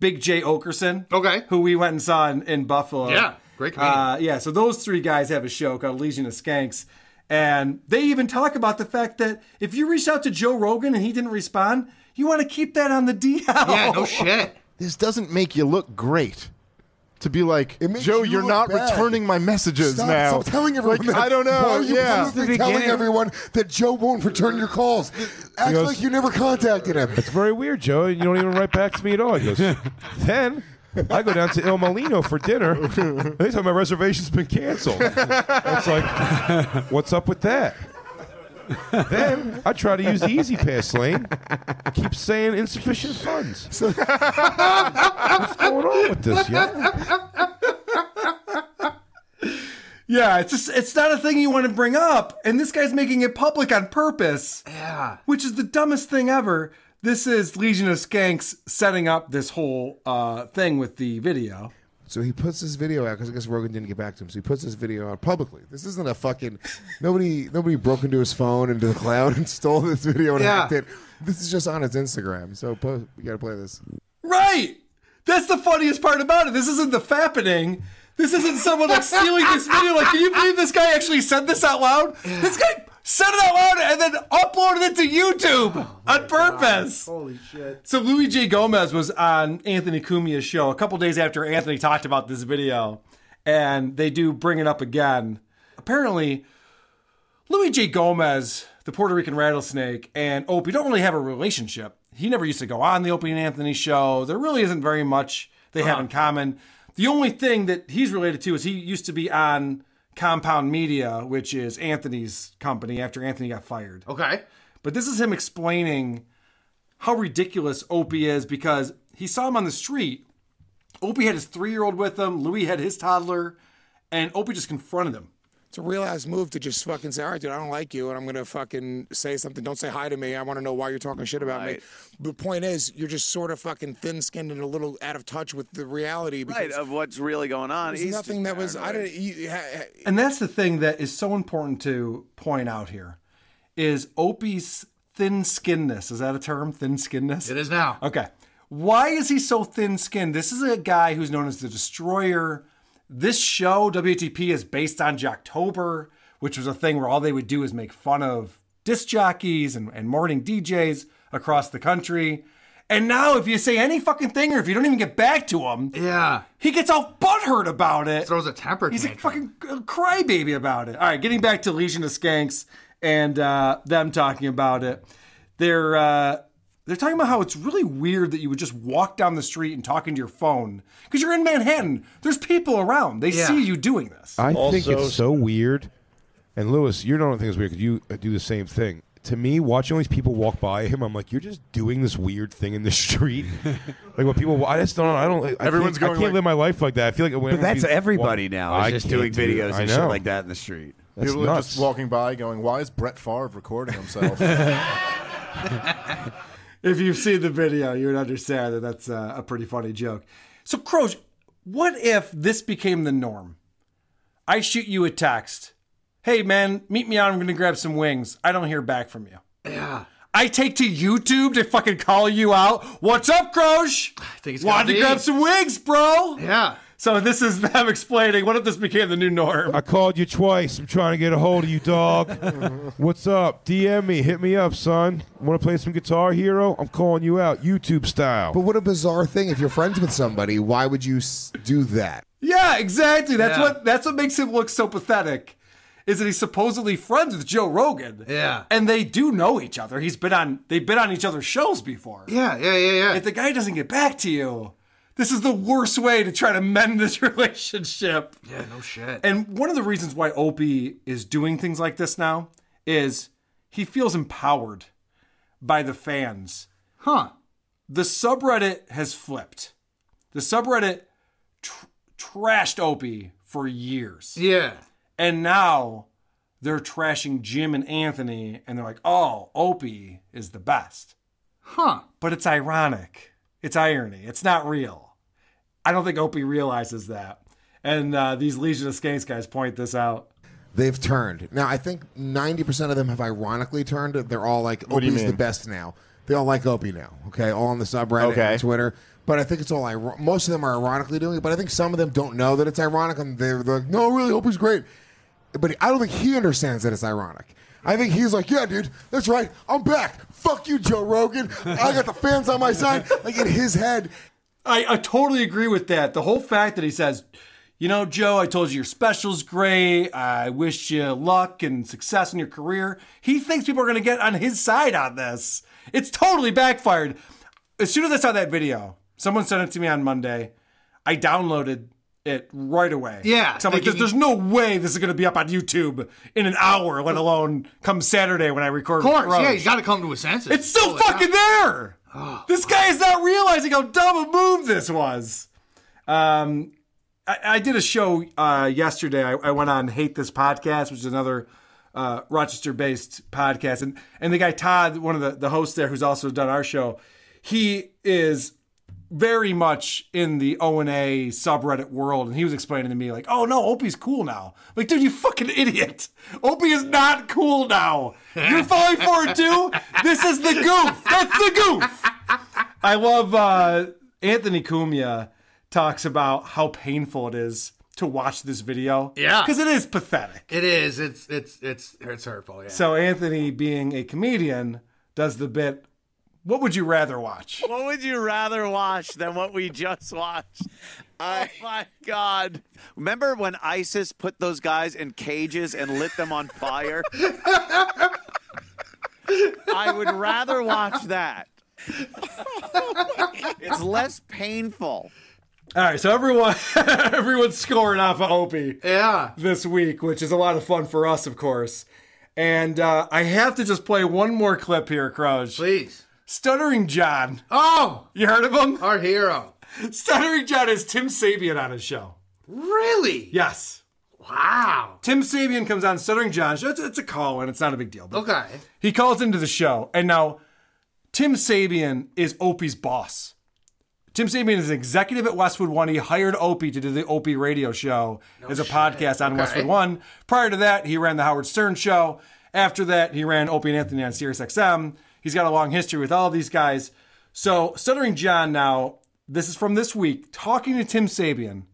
Big J. Okerson. Okay. Who we went and saw in, in Buffalo. Yeah, great comedian. Uh, yeah, so those three guys have a show called Legion of Skanks. And they even talk about the fact that if you reached out to Joe Rogan and he didn't respond, you want to keep that on the DL. This doesn't make you look great. to be like, It makes Joe, you you are look not bad. returning my messages Stop, now. stop telling everyone. Like, that. I don't know. Why are you yeah. constantly telling everyone that Joe won't return your calls? Act goes- like you never contacted him. That's very weird, Joe. And you don't even write back to me at all. He goes, then I go down to Il Molino for dinner. They tell me my reservation's been canceled. It's like, what's up with that? then I try to use the Easy Pass lane. Keep saying insufficient funds. what's going on with this? Yeah? Yeah, it's just it's not a thing you want to bring up, and this guy's making it public on purpose. Yeah. Which is the dumbest thing ever. This is Legion of Skanks setting up this whole uh, thing with the video. So he puts this video out because I guess Rogan didn't get back to him. So he puts this video out publicly. This isn't a fucking nobody. Nobody broke into his phone into the cloud and stole this video and Yeah. hacked it. This is just on his Instagram. So po- we got to play this. Right. That's the funniest part about it. This isn't the fappening. This isn't someone like stealing this video. Like, can you believe this guy actually said this out loud? This guy said it out loud and then uploaded it to YouTube on purpose. Holy shit. So Louis J. Gomez was on Anthony Cumia's show a couple days after Anthony talked about this video, and they do bring it up again. Apparently, Louis J. Gomez, the Puerto Rican rattlesnake, and Opie don't really have a relationship. He never used to go on the Opie and Anthony show. There really isn't very much they have in common. The only thing that he's related to is he used to be on Compound Media, which is Anthony's company after Anthony got fired. Okay. But this is him explaining how ridiculous Opie is because he saw him on the street. Opie had his three year old with him, Louis had his toddler, and Opie just confronted him. It's a real ass move to just fucking say, all right, dude, I don't like you, and I'm gonna fucking say something. Don't say hi to me. I want to know why you're talking shit about me. The point is, you're just sort of fucking thin skinned and a little out of touch with the reality. Because right of what's really going on. There's He's nothing just that was. I paranoid. didn't. You, ha, ha- And that's the thing that is so important to point out here is Opie's thin skinnedness. Is that a term? Thin skinnedness? It is now. Okay. Why is he so thin skinned? This is a guy who's known as the destroyer. This show, WTP, is based on Jocktober, which was a thing where all they would do is make fun of disc jockeys and, and morning DJs across the country. And now, if you say any fucking thing or if you don't even get back to him, yeah, he gets all butthurt about it. Throws a temper He's like fucking crybaby about it. All right, getting back to Legion of Skanks and uh, them talking about it. They're uh, they're talking about how it's really weird that you would just walk down the street and talk into your phone because you're in Manhattan. There's people around. They Yeah. see you doing this. I think Also- it's so weird. And Lewis, you don't think it's weird because you uh, do the same thing. To me, watching all these people walk by him, I'm like, you're just doing this weird thing in the street. like when people, I just don't, I don't. I Everyone's can't, I going can't like- live my life like that. I feel like when But that's people walk- everybody now. I Is just can't doing do it. videos I and shit know. like that in the street. That's People are nuts. just walking by going, why is Brett Favre recording himself? if you've seen the video, you would understand that that's a, a pretty funny joke. So, Croach, what if this became the norm? I shoot you a text. Hey, man, meet me out. I'm going to grab some wings. I don't hear back from you. Yeah. I take to YouTube to fucking call you out. What's up, Croach? I think it's Wanted to gonna be. grab some wings, bro. Yeah. So this is them explaining. What if this became the new norm? I called you twice. I'm trying to get a hold of you, dog. What's up? DM me. Hit me up, son. Want to play some Guitar Hero? I'm calling you out, YouTube style. But what a bizarre thing! If you're friends with somebody, why would you s- do that? Yeah, exactly. That's Yeah. what that's what makes him look so pathetic. Is that he's supposedly friends with Joe Rogan? Yeah. and they do know each other. He's been on they've been on each other's shows before. Yeah, yeah, yeah, yeah. If the guy doesn't get back to you, this is the worst way to try to mend this relationship. Yeah, no shit. And one of the reasons why Opie is doing things like this now is he feels empowered by the fans. Huh. The subreddit has flipped. The subreddit tr- trashed Opie for years. Yeah. And now they're trashing Jim and Anthony and they're like, oh, Opie is the best. Huh. But it's ironic. It's irony. It's not real. I don't think Opie realizes that. And uh, these Legion of Skanks guys point this out. They've turned. Now I think ninety percent of them have ironically turned. They're all like, What do you "Opie's the mean? best now." They all like Opie now. Okay, all on the subreddit, Okay. and Twitter. But I think it's all ir- most of them are ironically doing it. But I think some of them don't know that it's ironic, and they're like, "No, really, Opie's great." But I don't think he understands that it's ironic. I think he's like, "Yeah, dude, that's right. I'm back. Fuck you, Joe Rogan. I got the fans on my side." Like in his head, I, I totally agree with that. The whole fact that he says, you know, Joe, I told you your special's great. I wish you luck and success in your career. He thinks people are going to get on his side on this. It's totally backfired. As soon as I saw that video, someone sent it to me on Monday. I downloaded it right away. Yeah, 'Cause I'm like, thinking- there's, there's no way this is going to be up on YouTube in an hour, let alone come Saturday when I record. Of course, Rose. yeah, he's got to come to his senses. It's still fucking there. Oh, this guy is not realizing how dumb a move this was. Um, I, I did a show uh, yesterday. I, I went on Hate This Podcast, which is another uh, Rochester-based podcast, and and the guy Todd, one of the the hosts there, who's also done our show, he is very much in the O and A subreddit world, and he was explaining to me like, "Oh no, Opie's cool now." I'm like, dude, you fucking idiot! Opie is not cool now. You're falling for it too. This is the goof. That's the goof. I love uh, Anthony Cumia talks about how painful it is to watch this video. Yeah. because it is pathetic. It is. It's it's it's it's hurtful. Yeah. So Anthony, being a comedian, does the bit. What would you rather watch? What would you rather watch than what we just watched? oh my God. Remember when ISIS put those guys in cages and lit them on fire? I would rather watch that. it's less painful. All right, so everyone everyone's scoring off of Opie. Yeah. This week, which is a lot of fun for us, of course. And uh, I have to just play one more clip here, Crouch. Please. Stuttering John. Oh, you heard of him? Our hero. Stuttering John is Tim Sabian on his show. Really? Yes. Wow. Tim Sabian comes on Stuttering John's show. It's, it's a call and it's not a big deal. But Okay. He calls into the show, and now Tim Sabian is Opie's boss. Tim Sabian is an executive at Westwood One. He hired Opie to do the Opie radio show as a podcast on Okay. Westwood One. Prior to that, he ran the Howard Stern show. After that, he ran Opie and Anthony on SiriusXM. He's got a long history with all of these guys. So, Stuttering John now, this is from this week, talking to Tim Sabian,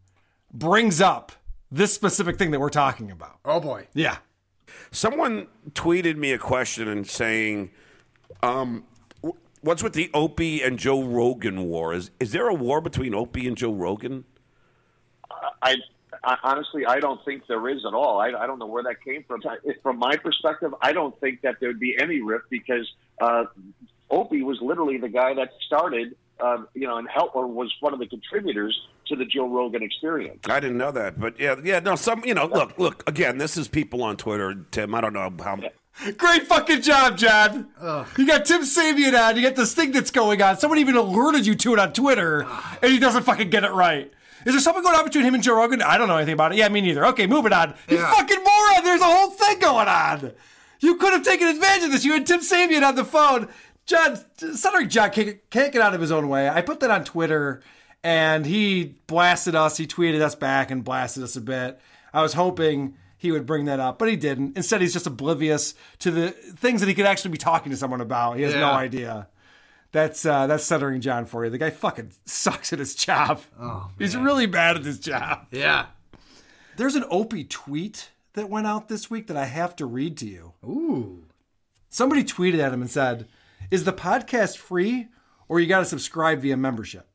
brings up this specific thing that we're talking about. Oh boy. Yeah. Someone tweeted me a question and saying, um, w- "What's with the Opie and Joe Rogan war? Is is there a war between Opie and Joe Rogan?" I, I honestly, I don't think there is at all. I, I don't know where that came from. I- From my perspective, I don't think that there would be any rift because uh, Opie was literally the guy that started, um, you know, and helped or was one of the contributors to the Joe Rogan Experience. I didn't know that, but yeah, yeah, no, some, you know, look, look, again, this is people on Twitter, Tim. I don't know how. Great fucking job, John. You got Tim Sabian on. You got this thing that's going on. Someone even alerted you to it on Twitter, and he doesn't fucking get it right. Is there something going on between him and Joe Rogan? I don't know anything about it. Yeah, me neither. Okay, moving on. You fucking moron. There's a whole thing going on. You could have taken advantage of this. You had Tim Sabian on the phone. John, Cedric John can't, can't get out of his own way. I put that on Twitter, and he blasted us. He tweeted us back and blasted us a bit. I was hoping he would bring that up, but he didn't. Instead, he's just oblivious to the things that he could actually be talking to someone about. He has no Yeah. idea. That's uh, that's centering John for you. The guy fucking sucks at his job. Oh, he's really bad at his job. Yeah. There's an Opie tweet that went out this week that I have to read to you. Ooh. Somebody tweeted at him and said, "Is the podcast free, or you got to subscribe via membership?"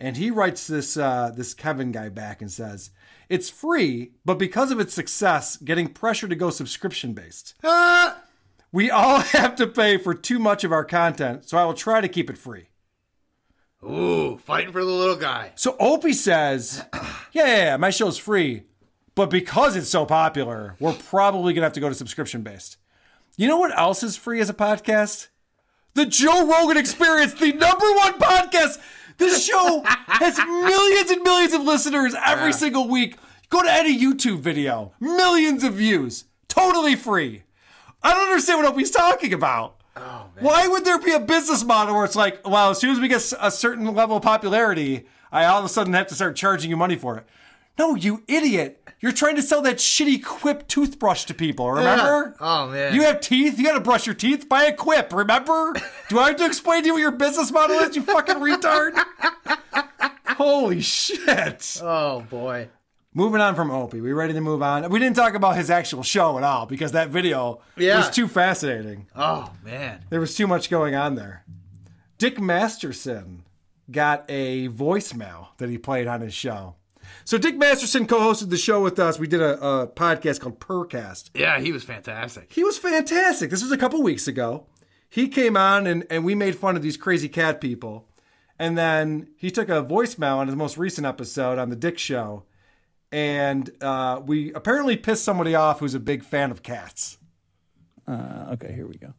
And he writes this uh, this Kevin guy back and says, "It's free, but because of its success, getting pressure to go subscription based. uh, We all have to pay for too much of our content, so I will try to keep it free." Ooh, fighting for the little guy. So Opie says, yeah, yeah, yeah, my show's free, but because it's so popular, we're probably going to have to go to subscription based. You know what else is free as a podcast? The Joe Rogan Experience, the number one podcast. This show has millions and millions of listeners every single week. Go to any YouTube video, millions of views, totally free. I don't understand what Opie's talking about. Why would there be a business model where it's like, well, as soon as we get s- a certain level of popularity, I all of a sudden have to start charging you money for it? No, you idiot. You're trying to sell that shitty quip toothbrush to people, remember? Yeah. Oh man. You have teeth? You gotta brush your teeth? Buy a quip, remember? Do I have to explain to you what your business model is, you fucking retard? Holy shit. Oh boy. Moving on from Opie, we ready to move on? We didn't talk about his actual show at all because that video Yeah. was too fascinating. Oh man. There was too much going on there. Dick Masterson got a voicemail that he played on his show. So Dick Masterson co-hosted the show with us. We did a, a podcast called Percast. Yeah, he was fantastic. He was fantastic. This was a couple weeks ago. He came on and, and we made fun of these crazy cat people. And then he took a voicemail on his most recent episode on the Dick Show. And uh, we apparently pissed somebody off who's a big fan of cats. Uh, okay, here we go.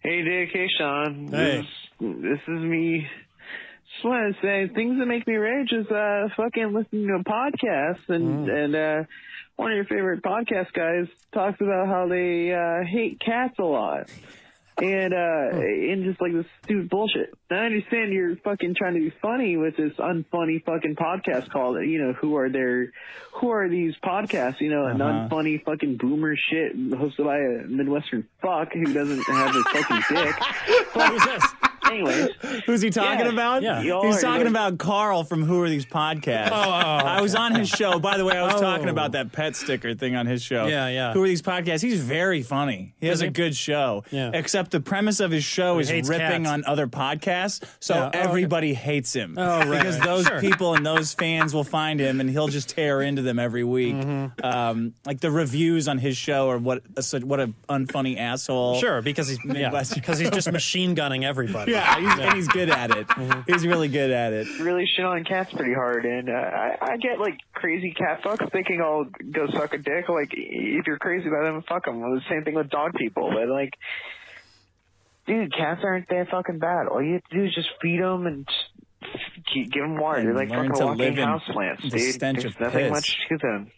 Hey Dick, hey Sean. Hey. This, this is me. Just want to say things that make me rage is uh fucking listening to podcasts and and uh one of your favorite podcast guys talks about how they uh hate cats a lot. And uh and just like this stupid bullshit. I understand you're fucking trying to be funny with this unfunny fucking podcast called you know, who are their who are these podcasts, you know, an Uh-huh. unfunny fucking boomer shit hosted by a Midwestern fuck who doesn't have a fucking dick. But, Anyways, Who's he talking Yeah. about? Yeah. Y'all He's are talking like- about Oh, Carl from Who Are These Podcasts. Oh, oh, I was on his show. By the way, I was talking Oh. about that pet sticker thing on his show. Yeah, yeah. Who Are These Podcasts? He's very funny. He has Is a he? good show. Yeah. Except the premise of his show He is ripping hates cats. on other podcasts, so Yeah. Oh, everybody hates him. Oh, right, Because right. those Sure. people and those fans will find him, and he'll just tear into them every week. Mm-hmm. Um, like the reviews on his show are what what a unfunny asshole. Sure, because he's yeah, Midwestern. because he's just machine gunning everybody. Mm-hmm. Yeah, he's, and he's good at it. He's really good at it. really shit on cats pretty hard, and uh, I, I get like crazy cat fucks thinking I'll go suck a dick. Like if you're crazy about them, fuck them. Well, the same thing with dog people, but like, dude, cats aren't that fucking bad. All you have to do is just feed them and just keep- give them water. They're like learn fucking to walking live in house plants, the dude. stench There's of nothing piss. much to them.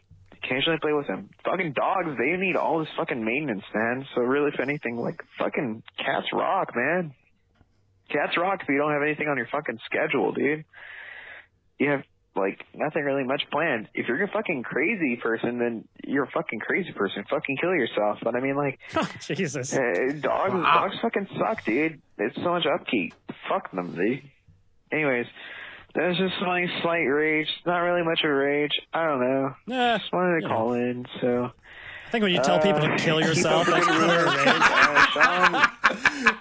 Occasionally play with them. Fucking dogs, they need all this fucking maintenance, man. So really, if anything, like fucking cats rock, man. Cats rock if you don't have anything on your fucking schedule, dude. You have like nothing really much planned. If you're a fucking crazy person, then you're a fucking crazy person. Fucking kill yourself. But I mean, like, Oh, Jesus, uh, dogs, dogs fucking suck, dude. It's so much upkeep. Fuck them, dude. Anyways, that's just my slight rage. It's Not really much of a rage. I don't know. just wanted to call in. So Uh, I think when you tell people to kill yourself, that's clear rage.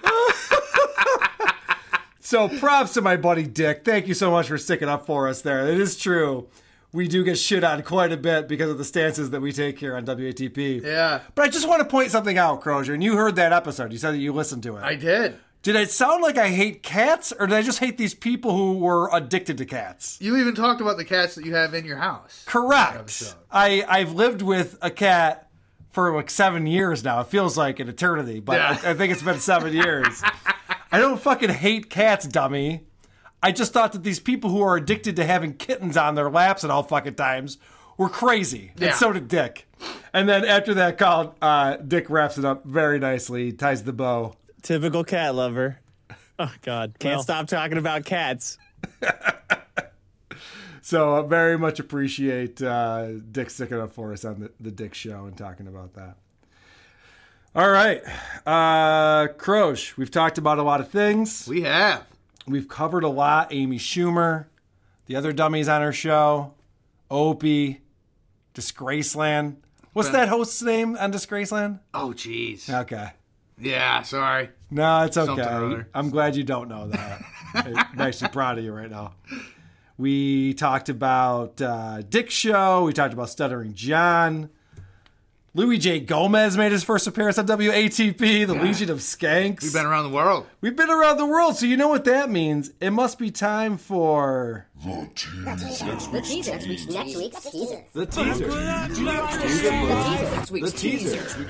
So props to my buddy Dick. Thank you so much for sticking up for us there. It is true. We do get shit on quite a bit because of the stances that we take here on WATP. Yeah. But I just want to point something out, Crozier, and you heard that episode. You said that you listened to it. I did. Did it sound like I hate cats, or did I just hate these people who were addicted to cats? You even talked about the cats that you have in your house. Correct. I, I've lived with a cat for like seven years now. It feels like an eternity, but I, I think it's been seven years. I don't fucking hate cats, dummy. I just thought that these people who are addicted to having kittens on their laps at all fucking times were crazy. Yeah. And so did Dick. And then after that call, uh, Dick wraps it up very nicely, He ties the bow. Typical cat lover. Oh God, can't Well. stop talking about cats. So I very much appreciate uh, Dick sticking up for us on the, the Dick Show and talking about that. All right, uh, Croche, we've talked about a lot of things. We have. We've covered a lot. Amy Schumer, the other dummies on her show, Opie, Disgraceland. What's that host's name on Disgraceland? Oh, jeez. Okay. Yeah, sorry. No, it's Something okay. or other. I'm glad you don't know that. I'm actually proud of you right now. We talked about uh, Dick Show. We talked about Stuttering John. Louis J. Gomez made his first appearance on WATP, the Legion of Skanks. We've been around the world. We've been around the world, so you know what that means. It must be time for. The teaser. Next week's teaser. The teaser. The teaser.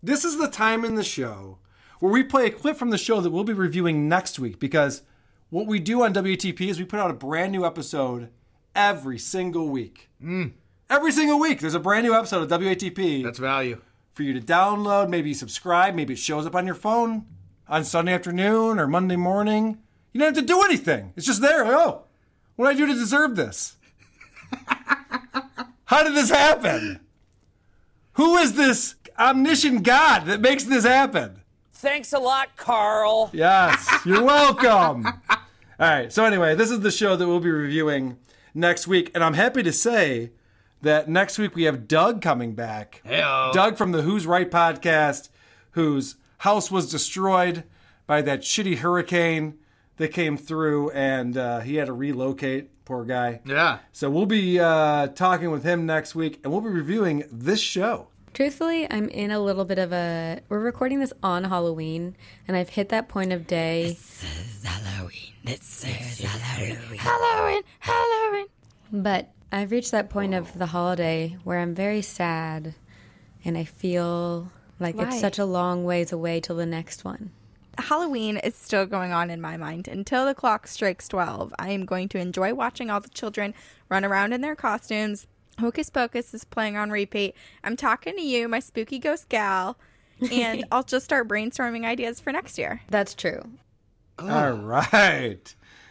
This is the time in the show where we play a clip from the show that we'll be reviewing next week because what we do on WTP is we put out a brand new episode every single week. Every single week, there's a brand new episode of WATP. That's value. For you to download, maybe subscribe, maybe it shows up on your phone on Sunday afternoon or Monday morning. You don't have to do anything. It's just there. Like, oh, what did I do to deserve this? How did this happen? Who is this omniscient God that makes this happen? Thanks a lot, Carl. Yes, you're welcome. All right. So anyway, this is the show that we'll be reviewing next week, and I'm happy to say that next week we have Doug coming back. Oh. Heyo. Doug from the Who's Right podcast, whose house was destroyed by that shitty hurricane that came through, and uh, he had to relocate. Poor guy. Yeah. So we'll be uh, talking with him next week, and we'll be reviewing this show. Truthfully, I'm in a little bit of a. We're recording this on Halloween, and I've hit that point of day. This is Halloween. This is Halloween. Halloween. Halloween. But I've reached that point of the holiday where I'm very sad, and I feel like Why? it's such a long ways away till the next one. Halloween is still going on in my mind. Until the clock strikes 12, I am going to enjoy watching all the children run around in their costumes. Hocus Pocus is playing on repeat. I'm talking to you, my spooky ghost gal, and I'll just start brainstorming ideas for next year. That's true. All right.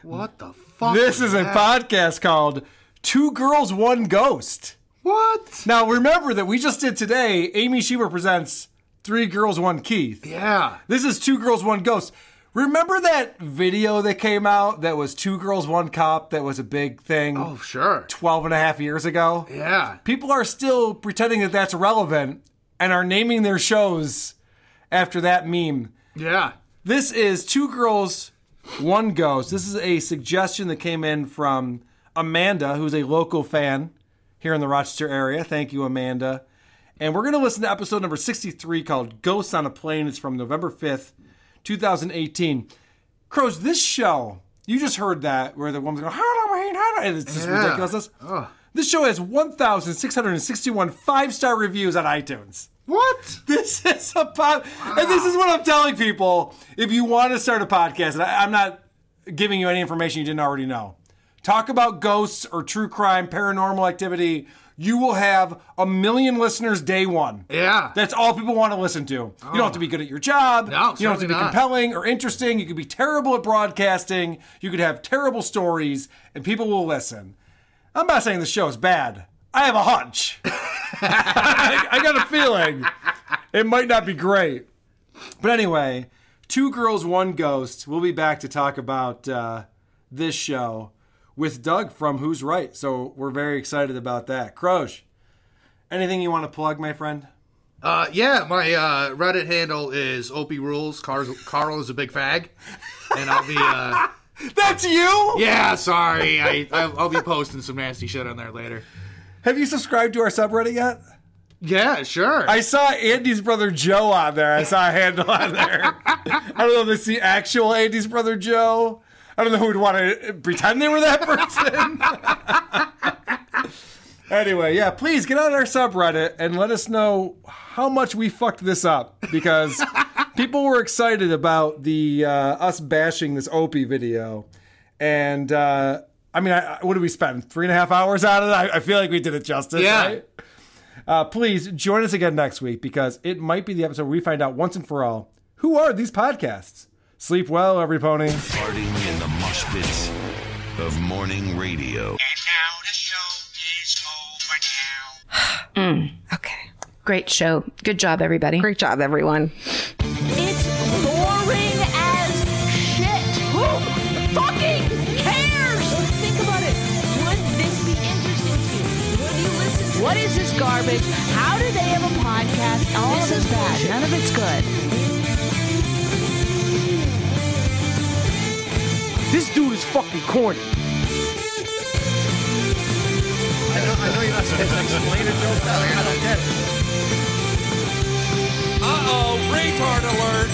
What the fuck? This is a that? podcast called Two Girls, One Ghost. What? Now, remember that we just did today Amy Schumer presents Three Girls, One Keith. Yeah. This is Two Girls, One Ghost. Remember that video that came out that was Two Girls, One Cop that was a big thing? Oh, sure. 12 and a half years ago? Yeah. People are still pretending that that's relevant and are naming their shows after that meme. Yeah. This is Two Girls, One Ghost. This is a suggestion that came in from Amanda, who's a local fan here in the Rochester area. Thank you, Amanda. And we're going to listen to episode number 63 called Ghosts on a Plane. It's from November 5th, 2018. Crows, this show, you just heard that where the woman's going, Halloween, Halloween, and it's just Yeah. ridiculousness. This show has 1,661 five star reviews on iTunes. What? This is a pod, and this is what I'm telling people. If you want to start a podcast, and I, I'm not giving you any information you didn't already know. Talk about ghosts or true crime, paranormal activity. You will have a million listeners day one. Yeah. That's all people want to listen to. You don't have to be good at your job. No, you don't have to certainly be not. compelling or interesting. You could be terrible at broadcasting. You could have terrible stories, and people will listen. I'm not saying the show is bad. I have a hunch. I, I got a feeling it might not be great. But anyway, Two Girls, One Ghost. We'll be back to talk about uh, this show with Doug from Who's Right. So we're very excited about that. Crosh, anything you want to plug, my friend? Uh, yeah, my uh, Reddit handle is Opie Rules. Carl, Carl is a big fag, and I'll be. Uh, That's you. Yeah, sorry. I I'll I'll be posting some nasty shit on there later. Have you subscribed to our subreddit yet? Yeah, sure. I saw Andy's brother Joe on there. I saw a handle on there. I don't know if it's the actual Andy's brother Joe. I don't know who would want to pretend they were that person. anyway, yeah, please get on our subreddit and let us know how much we fucked this up because people were excited about the uh, us bashing this Opie video, and uh, I mean, I, I- what did we spend three and a half hours on it? I, I feel like we did it justice. Yeah. right? Uh, please join us again next week because it might be the episode where we find out once and for all who are these podcasts. Sleep well, every pony. Farting in the mosh pits of morning radio. Mm, okay. Great show. Good job, everybody. Great job, everyone. It's boring as shit. Who fucking cares? Think about it. Would this be interesting to you? Would you listen to What is this garbage? How do they have a podcast? All this is bad. None of it's good. This dude is fucking corny. I know, I know you're not supposed to explain a joke, but I don't get it. Uh-oh, retard alert.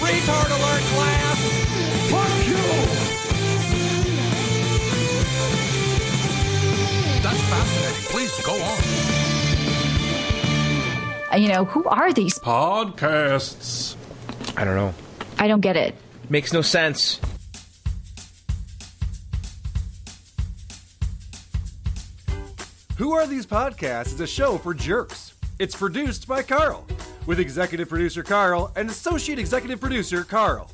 Retard alert, class. Fuck you. That's fascinating. Please go on. Uh, You know, who are these? Podcasts. I don't know. I don't get it. Makes no sense. Who Are These Podcasts is a show for jerks. It's produced by Carl, with executive producer Carl and associate executive producer Carl.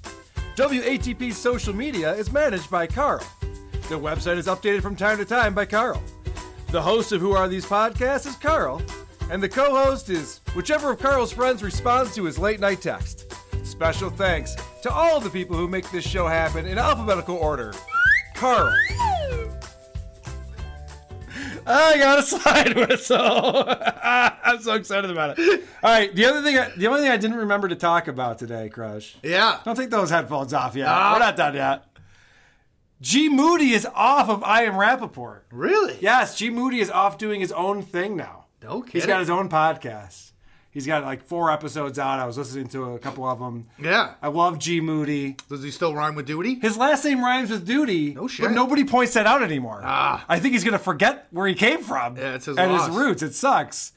WATP's social media is managed by Carl. The website is updated from time to time by Carl. The host of Who Are These Podcasts is Carl, and the co host is whichever of Carl's friends responds to his late night text. Special thanks to all the people who make this show happen in alphabetical order Carl. I got a slide whistle. I'm so excited about it. All right, the other thing, I, the only thing I didn't remember to talk about today, Crush. Yeah. Don't take those headphones off yet. Ah. We're not done yet. G Moody is off of I Am Rappaport. Really? Yes, G Moody is off doing his own thing now. Okay. He's got his own podcast. He's got like four episodes out. I was listening to a couple of them. Yeah. I love G Moody. Does he still rhyme with Duty? His last name rhymes with Duty. No shit. But nobody points that out anymore. Ah. I think he's going to forget where he came from Yeah, Um, it's his and loss. his roots. It sucks.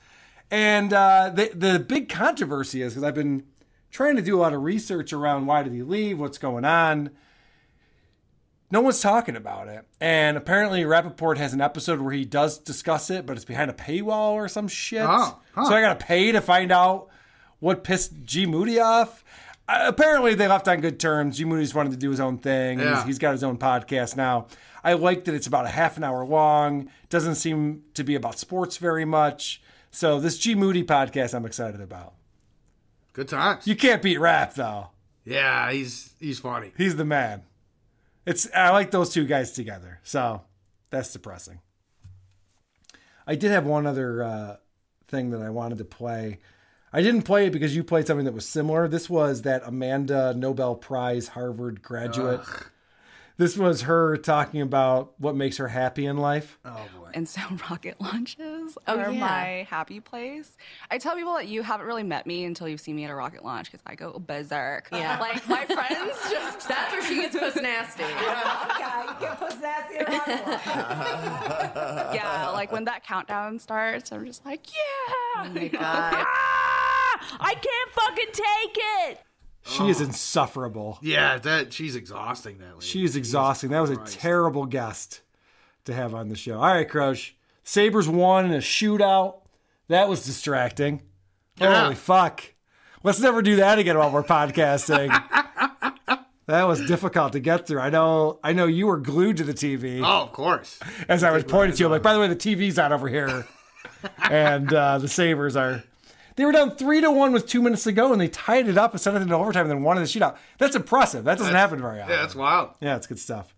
And uh, the, the big controversy is because I've been trying to do a lot of research around why did he leave, what's going on. No one's talking about it. And apparently, Rappaport has an episode where he does discuss it, but it's behind a paywall or some shit. Oh, huh. So I got to pay to find out what pissed G Moody off. Uh, apparently, they left on good terms. G Moody's wanted to do his own thing. and Yeah. He's, he's got his own podcast now. I like that it's about a half an hour long. Doesn't seem to be about sports very much. So this G Moody podcast, I'm excited about. Good times. You can't beat rap though. Yeah, he's he's funny. He's the man. It's I like those two guys together. So that's depressing. I did have one other uh, thing that I wanted to play. I didn't play it because you played something that was similar. This was that Amanda Nobel Prize Harvard graduate. This was her talking about what makes her happy in life. and sound rocket launches Oh, are yeah. my happy place. I tell people that you haven't really met me until you've seen me at a rocket launch because I go berserk. Yeah. like my friends just That's where she gets puss nasty. yeah, like when that countdown starts, I'm just like, yeah. Oh my You know? God. I can't fucking take it. She is insufferable. Yeah, that she's exhausting. That lady. She is exhausting. That was a terrible guest to have on the show. All right, Crosh. Sabres won in a shootout. That was distracting. Yeah. Holy fuck. Let's never do that again while we're podcasting. that was difficult to get through. I know I know you were glued to the TV. Oh, of course. As I was pointing to you, I'm like, by the way, the TV's out over here. and uh, the Sabres are. They were down three to one with two minutes to go, and they tied it up and sent it into overtime and then won in the shootout. That's impressive. That doesn't happen very often. Yeah, that's wild. Yeah, it's good stuff.